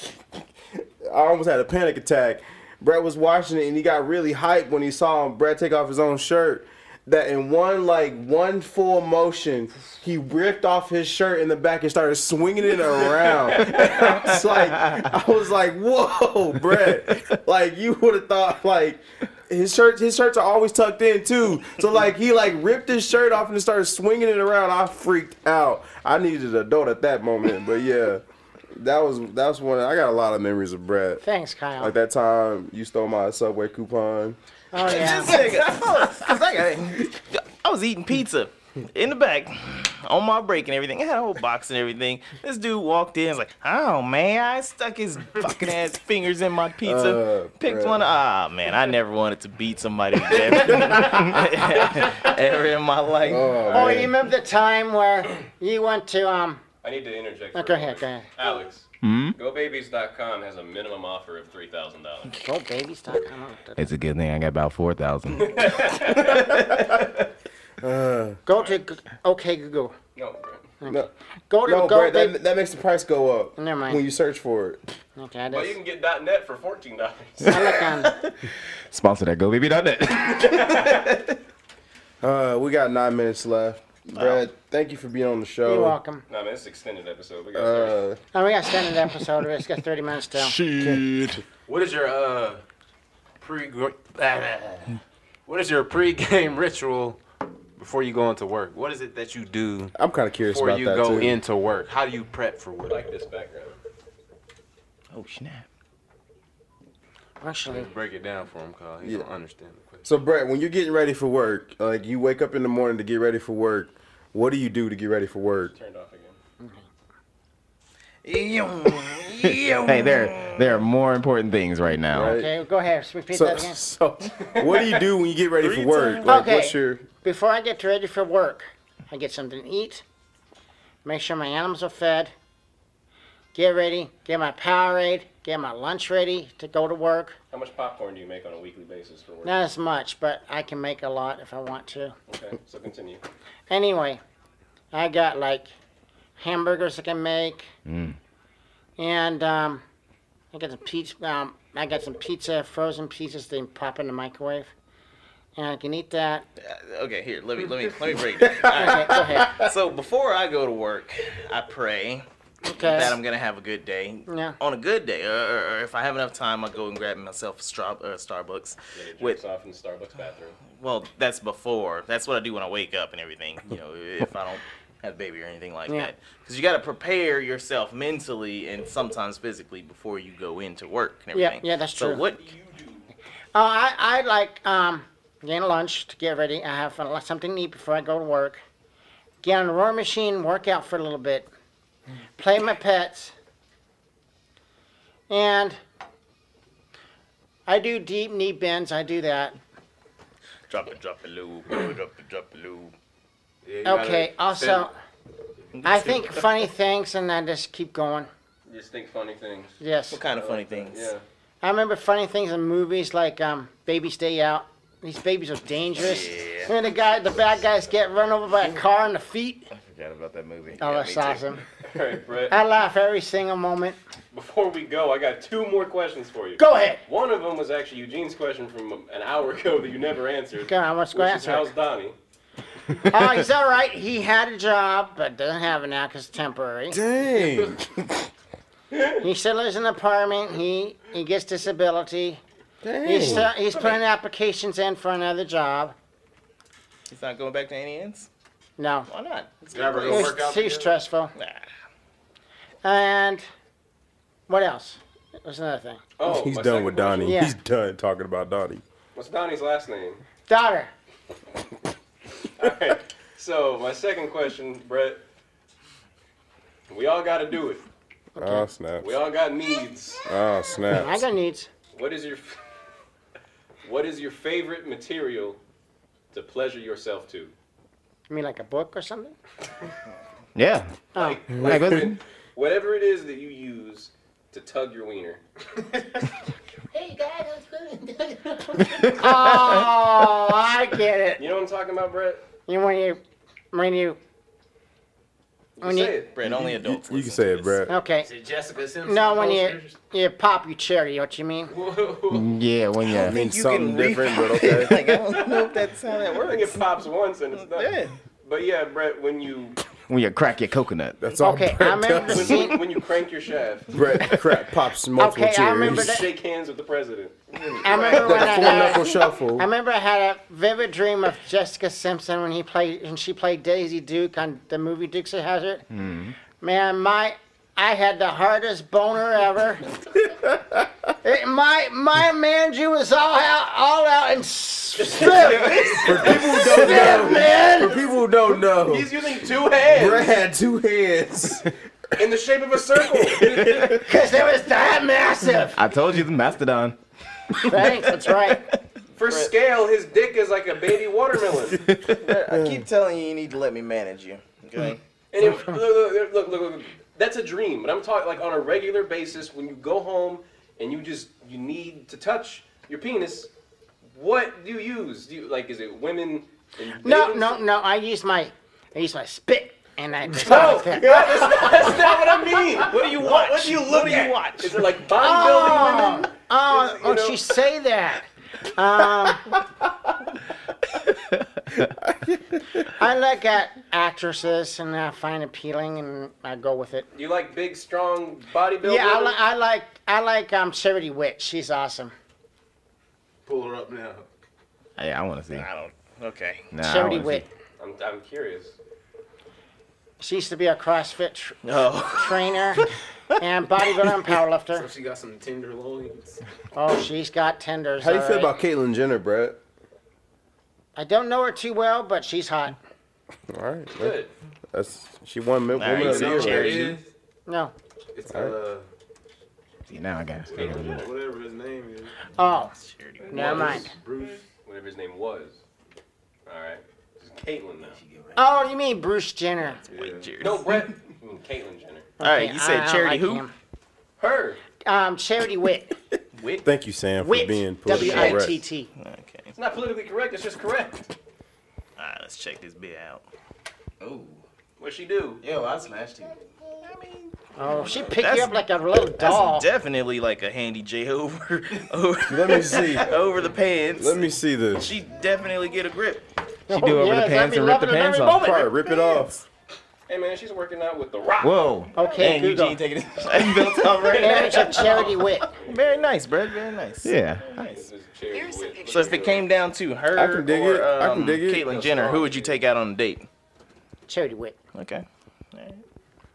S3: I almost had a panic attack. Brett was watching it, and he got really hyped when he saw Brett take off his own shirt. That in one like one full motion, he ripped off his shirt in the back and started swinging it around. (laughs) I was like, I was like, whoa, Brett! Like you would have thought like his shirts his shirts are always tucked in too. So like he like ripped his shirt off and started swinging it around. I freaked out. I needed an adult at that moment. But yeah, that was that's one. I got a lot of memories of Brett.
S6: Thanks, Kyle.
S3: Like that time you stole my subway coupon.
S6: Oh yeah.
S4: I was eating pizza in the back on my break and everything. I had a whole box and everything. This dude walked in and was like, oh man, I stuck his fucking ass fingers in my pizza.
S2: Oh,
S3: Uh,
S4: Picked
S3: bruh.
S4: one Ah man, I never wanted to beat somebody (laughs) to death ever (laughs) in my life.
S6: Oh, you remember the time where you went to um?
S5: I need to interject.
S6: Oh,
S5: for
S6: go
S5: a
S6: ahead, go
S5: moment.
S6: ahead.
S5: Alex,
S3: Hmm?
S5: GoBabies.com has a minimum offer of three thousand dollars.
S6: Oh, baby, stop. Come on.
S1: It's a good thing I got about four thousand. (laughs)
S6: Go to Go- okay Google.
S5: No, bro.
S3: No,
S6: Go to
S3: no
S6: go.
S3: Brett,
S6: Baby-
S3: that, that makes the price go up.
S6: Never mind.
S3: When you search for it.
S6: okay, I
S5: Well, you
S6: did.
S5: can get .net for fourteen dollars. (laughs)
S6: I look
S3: (laughs)
S6: on.
S1: Sponsored at GoBaby.net.
S3: Uh, we got nine minutes left. Brett, thank you for being on the show.
S6: You're welcome.
S5: no, man, it's an extended episode. We got
S3: Uh,
S6: Oh, we got standard episode. It's got 30 minutes still.
S2: What is your uh pre (laughs) What is your pre-game ritual before you go into work? What is it that you do
S3: I'm kind of curious
S2: before
S3: about
S2: you
S3: that
S2: go
S3: too.
S2: into work? How do you prep for work?
S5: I like this background.
S4: Oh snap.
S6: Actually,
S2: Break it down for him, Kyle. He
S3: Yeah.
S2: don't understand the question.
S3: So Brett, when you're getting ready for work, like you wake up in the morning to get ready for work, what do you do to get ready for work?
S5: Turned off again.
S1: hey, there there are more important things right now.
S3: Right.
S6: okay, go ahead. Repeat
S3: So,
S6: that again.
S3: so what do you do when you get ready for work? Like
S6: Okay.
S3: what's your
S6: Before I get ready for work, I get something to eat, make sure my animals are fed, get ready, get my Powerade, get my lunch ready to go to work.
S5: How much popcorn do you make on a weekly basis for work?
S6: Not as much, but I can make a lot if I want to.
S5: Okay, so continue.
S6: Anyway, I got like hamburgers I can make,
S3: Mm.
S6: and um, I got some pizza. Um, I got some pizza, frozen pizzas. They pop in the microwave, and I can eat that.
S4: Okay, here, let me let me let me
S6: (laughs)
S4: break it. down.
S6: Okay, go ahead.
S4: So before I go to work, I pray.
S6: Okay.
S4: that I'm gonna have a good day.
S6: Yeah.
S4: On a good day, or, or, or if I have enough time, I'll go and grab myself a straw, uh, Starbucks.
S5: It
S4: With
S5: jerks off in the Starbucks bathroom.
S4: well, that's before. That's what I do when I wake up and everything. You know, if I don't have a baby or anything like
S6: Yeah.
S4: that, because you got to prepare yourself mentally and sometimes physically before you go into work and
S6: Yeah,
S4: everything.
S6: yeah, that's
S4: so
S6: true.
S4: What?
S6: Oh, I, I like um, getting lunch to get ready. I have a- something to eat before I go to work. Get on the rower machine, work out for a little bit, play my pets, and I do deep knee bends. I do that.
S4: Drop it, drop it, loo. Drop it, drop it, loo.
S2: Yeah, you gotta
S6: Okay. Also,
S2: (laughs)
S6: I think funny things, and I just keep going.
S5: Just think funny (laughs) things.
S6: Yes,
S4: What kind of funny things?
S5: Yeah.
S6: I remember funny things in movies like um, Babies Day Out. These babies are dangerous.
S4: Yeah.
S6: And the guy, the bad guys get run over by a car in the feet.
S1: Forgot about that movie.
S6: Oh,
S4: Yeah, me
S6: that's
S4: too.
S6: awesome.
S5: All right, Brett.
S6: I laugh every single moment.
S5: Before we go, I got two more questions for you.
S6: Go ahead.
S5: One of them was actually Eugene's question from an hour (laughs) ago that you never answered.
S6: Go on, let's go
S5: which is,
S6: answer
S5: How's
S6: it.
S5: Donnie?
S6: Oh, he's all right. He had a job, but doesn't have it now because it's temporary.
S3: Dang.
S6: He still lives in an apartment. He he gets disability. He's,
S3: Dang.
S6: still, he's putting applications in for another job.
S4: He's not going back to any ends.
S6: No,
S4: Why not? It's
S2: Grab her,
S4: good
S2: go
S4: days.
S2: work out
S6: it's too
S2: together?
S6: stressful.
S4: Nah.
S6: And what else? What's another thing?
S5: Oh,
S3: He's
S5: my
S3: done
S5: second
S3: with
S5: question.
S3: Donnie.
S6: Yeah.
S3: He's done talking about Donnie.
S5: What's Donnie's last name?
S6: Daughter.
S5: Alright, so my second question, Brett. We all got to do it.
S3: Oh snap.
S5: We all got needs.
S3: Oh
S6: I
S3: snap.
S6: got needs.
S5: What is your What is your favorite material to pleasure yourself to?
S6: You mean like a book or something?
S1: Yeah.
S6: Oh,
S1: Like, what's-
S5: Whatever it is that you use to tug your wiener.
S7: Hey guys, I'm Squidward.
S6: Oh, I get it.
S5: You know what I'm talking about, Brett?
S6: You when you when you when
S5: Say
S6: you
S5: it.
S4: Brett, only adults.
S3: You can
S4: listen
S3: say
S4: to
S3: it,
S4: this.
S3: Brett.
S6: okay.
S2: Is it Jessica Simpson?
S6: No, when you
S2: posters?
S6: you pop your cherry. What you mean?
S5: Whoa.
S1: Yeah, when
S3: I
S1: you
S3: mean
S4: You
S3: something
S4: can re-
S3: different, but okay.
S4: like, I don't know if that's how that
S5: I think
S4: works.
S5: it pops once and it's done.
S4: Yeah.
S5: But yeah, Brett, when you
S1: when you crack your coconut.
S3: That's all.
S6: Okay, I
S3: Brett
S6: remember the
S3: does.
S6: scene-
S5: when you crank your
S2: (laughs)
S5: shaft,
S3: Brett crap pops multiple
S6: Okay, I
S3: cherries.
S6: remember
S5: you
S6: that-
S5: shake hands with the president.
S6: I remember when I
S3: Full
S6: had,
S3: knuckle shuffle.
S6: I remember I had a vivid dream of Jessica Simpson when he played and she played Daisy Duke on the movie Dukes of Hazzard.
S3: Mm-hmm.
S6: Man, my I had the hardest
S3: (laughs)
S6: boner ever. It- my my manju was all out all out and
S3: (laughs)
S6: stiff,
S3: Don't know.
S6: stiff man.
S3: For people who don't know,
S5: He's using two hands
S3: Brett had two hands.
S5: in the shape of a circle.
S6: Cause it was that massive.
S1: I told you the mastodon.
S6: Thanks, that's right.
S5: For scale, his dick is like a baby watermelon. And
S4: I keep telling you, you need to let me manage you. Okay.
S5: it, look, look, look, look, look, that's a dream. But I'm talking like on a regular basis when you go home and you just you need to touch your penis. What do you use? Do you like is it women? and
S6: No,
S5: babies?
S6: no, no. I used my I used my spit and
S3: Oh.
S6: I
S5: (laughs)
S6: just
S5: No,
S6: like that.
S5: that's, that's not what I mean. What do you watch? What do you look at?
S6: watch?
S5: Is it like bodybuilding women?
S6: Oh,
S5: It's, you
S6: oh,
S5: know-
S6: she say that.
S3: (laughs)
S6: Um, I look at actresses and I find appealing and I go with it.
S5: You like big, strong bodybuilding?
S6: Yeah, I,
S5: women?
S6: li- I like I like um Charity Witt. She's awesome.
S2: Pull her up now.
S1: Yeah, I want to see.
S4: I don't. Okay.
S1: Nah, I
S6: Charity
S1: wanna see.
S6: Witt.
S5: I'm, I'm curious.
S6: She used to be a CrossFit tr-
S4: Oh.
S6: trainer and bodybuilder and
S2: So
S6: powerlifter.
S2: she got some tenderloins.
S6: Oh, she's got tenders.
S3: How you
S6: all
S3: feel
S6: right.
S3: about Caitlyn Jenner, Brett?
S6: I don't know her too well, but she's hot.
S3: All right,
S5: Good.
S3: that's she won men-
S4: All
S3: woman
S4: right,
S3: of the
S4: so
S3: year.
S4: Cherry.
S3: Brett.
S2: It is.
S6: No.
S2: It's uh,
S1: See, now I got it.
S2: whatever his name is.
S6: Oh, never mind.
S2: Bruce.
S5: Whatever his name was. All right. It's Caitlyn now.
S6: Oh, you mean Bruce Jenner?
S5: Wait, Jared. No, (laughs) Brett. I mean, Hmm, Caitlyn Jenner.
S4: All right. You said
S6: I- I
S4: charity
S6: like
S4: who?
S6: him.
S5: Her.
S6: Um, Charity Witt.
S3: Thank you, Sam, for
S6: Witt.
S3: being
S6: W
S3: politically
S6: I
S3: correct.
S6: T T.
S4: Okay.
S5: It's not politically correct. It's just correct.
S4: All right. Let's check this bit out.
S5: What she do?
S4: Oh. Yo, I smashed him.
S6: Oh, she picked you
S4: That's-
S6: up like a little
S4: That's
S6: doll.
S4: definitely like a handy J over, (laughs) over,
S3: Let me see.
S4: over the pants.
S3: Let me see this.
S4: She definitely get a grip. Oh,
S1: She do over the
S6: yes,
S1: pants
S6: I
S1: and
S6: be
S1: rip the
S6: loving it
S1: pants
S6: every
S1: off.
S6: moment.
S3: Probably rip it off.
S5: Hey man, she's working out with the Rock.
S1: Whoa.
S6: Okay,
S4: Dang, Eugene
S6: Google.
S4: taking (laughs) his belt off right now.
S6: Marriage of Charity Witt.
S4: Very nice, Brett. Very nice.
S1: Yeah.
S5: This is Cherry
S7: Here's some
S5: Wood.
S7: pictures.
S4: So if it came down to her
S3: I can dig
S4: or
S3: it. I can
S4: um,
S3: dig it.
S4: Caitlyn Jenner, who would you take out on a date?
S6: Charity Witt.
S4: Okay. All right.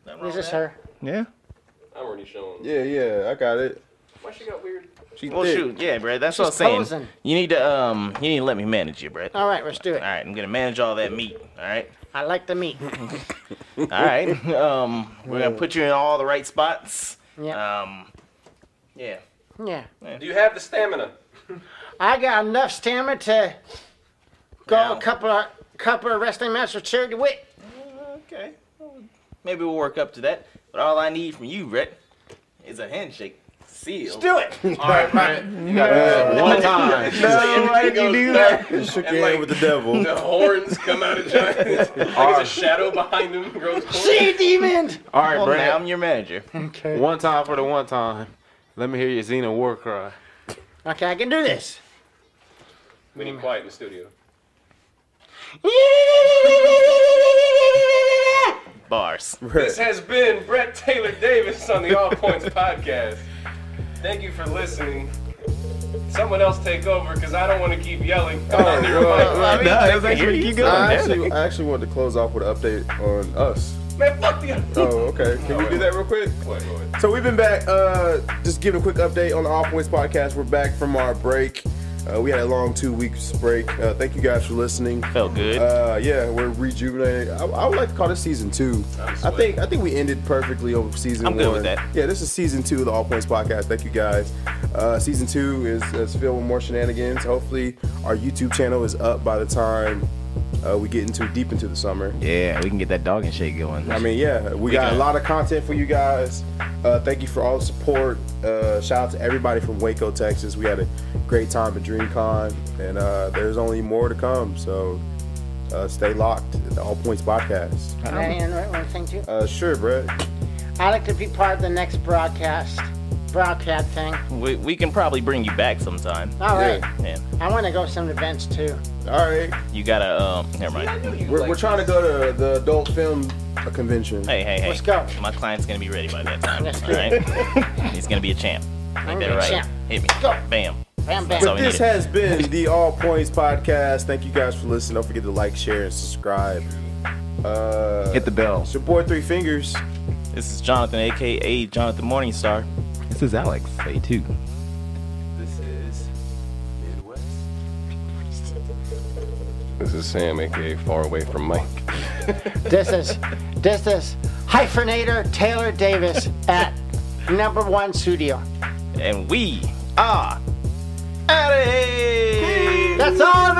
S4: Nothing wrong
S6: Is
S4: with
S6: this
S4: that.
S6: her?
S1: Yeah.
S5: I'm already showing.
S3: Yeah, yeah, I got it.
S5: Why she got weird?
S3: She
S4: Well,
S3: thick.
S4: shoot, yeah, Brett. That's
S6: She's
S4: what I'm saying.
S6: posing. Oh.
S4: You need to um, you need to let me manage you, Brett. All
S6: All right, let's do it.
S4: right, I'm gonna manage all that meat. All right,
S6: I like the meat.
S4: all right. (laughs) Um, we're gonna put you in all the right spots.
S6: Yeah.
S4: Um, yeah.
S6: Yeah.
S5: Do you have the stamina?
S6: I got enough stamina to go
S4: Now-
S6: a couple of couple of wrestling matches with Charity Witt.
S4: Okay. Maybe we'll work up to that. But all I need from you, Brett, is a handshake. Seal.
S6: Do it.
S5: (laughs) All right, Brett. You got
S3: Yeah.
S1: One
S5: (laughs)
S1: time.
S5: no, why did you do that?
S3: He shook
S5: And
S3: hand
S5: like-
S3: with the devil.
S5: The horns
S1: (laughs)
S5: come out of giant. like there's a shadow behind him. Grows horns.
S6: She demon.
S2: All right,
S4: Well, now
S2: Brett.
S4: I'm your manager. (laughs)
S2: (laughs)
S6: Okay.
S2: One time for the one time. Let me hear your Xena war cry.
S6: Okay, I can do this.
S5: We need quiet in the studio.
S4: Bars.
S5: This has been Brett Taylor Davis on the All Points Podcast. Thank you for listening. Someone else take over because I don't want to keep yelling. I'm not near a mic.
S1: No, that's actually keep
S3: I
S1: going.
S3: actually, I actually wanted to close off with an update on us.
S5: Man, fuck the other.
S3: Oh, okay. Can we do that real quick?
S5: Wait, wait, wait.
S3: So we've been back. Uh, just giving a quick update on the All Points podcast. We're back from our break. Uh, we had a long two weeks break. Uh, thank you guys for listening.
S4: Felt good.
S3: Uh, yeah, we're rejuvenated. I, I would like to call this season two. I think I think we ended perfectly over season
S4: I'm
S3: one.
S4: good with that.
S3: Yeah, this is season two of the All Points Podcast. Thank you guys. Uh, season two is, is filled with more shenanigans. Hopefully, our YouTube channel is up by the time Uh, we getting too deep into the summer.
S1: Yeah, we can get that dog and shake going.
S3: I mean, yeah, we, got a lot of content for you guys. Uh, thank you for all the support. Uh, shout out to everybody from Waco, Texas. We had a great time at DreamCon, and uh, there's only more to come. So uh, stay locked at the All Points Podcast. (laughs)
S6: Can I interrupt one thing too?
S3: Uh, sure, Brett.
S6: I'd like to be part of the next broadcast, broadcast thing.
S4: We, we can probably bring you back sometime.
S6: All right,
S4: Yeah.
S6: I want to go some events too.
S3: All right,
S4: You gotta, um, never mind.
S3: we're, we're trying to go to the adult film convention.
S4: Hey, hey, hey.
S6: Let's go.
S4: My client's gonna be ready by that time.
S6: Let's
S4: All
S6: do
S4: right?
S6: (laughs)
S4: He's gonna be a champ.
S6: I'm
S4: Ain't
S6: a
S4: that right?
S6: champ.
S4: Hit me.
S6: Go.
S4: Bam.
S6: Bam,
S4: That's all
S6: bam.
S4: we
S3: This
S4: needed.
S3: has been the All Points Podcast. Thank you guys for listening. Don't forget to like, share, and subscribe. Uh,
S1: Hit the bell.
S3: it's your boy Three Fingers.
S4: This is Jonathan, aka Jonathan Morningstar.
S1: This is Alex. Say two.
S2: This is Midwest.
S5: This is Sam, aka Far Away from Mike.
S6: This is, this is hyphenator Taylor Davis at number one studio.
S4: And we are out of here.
S6: That's all,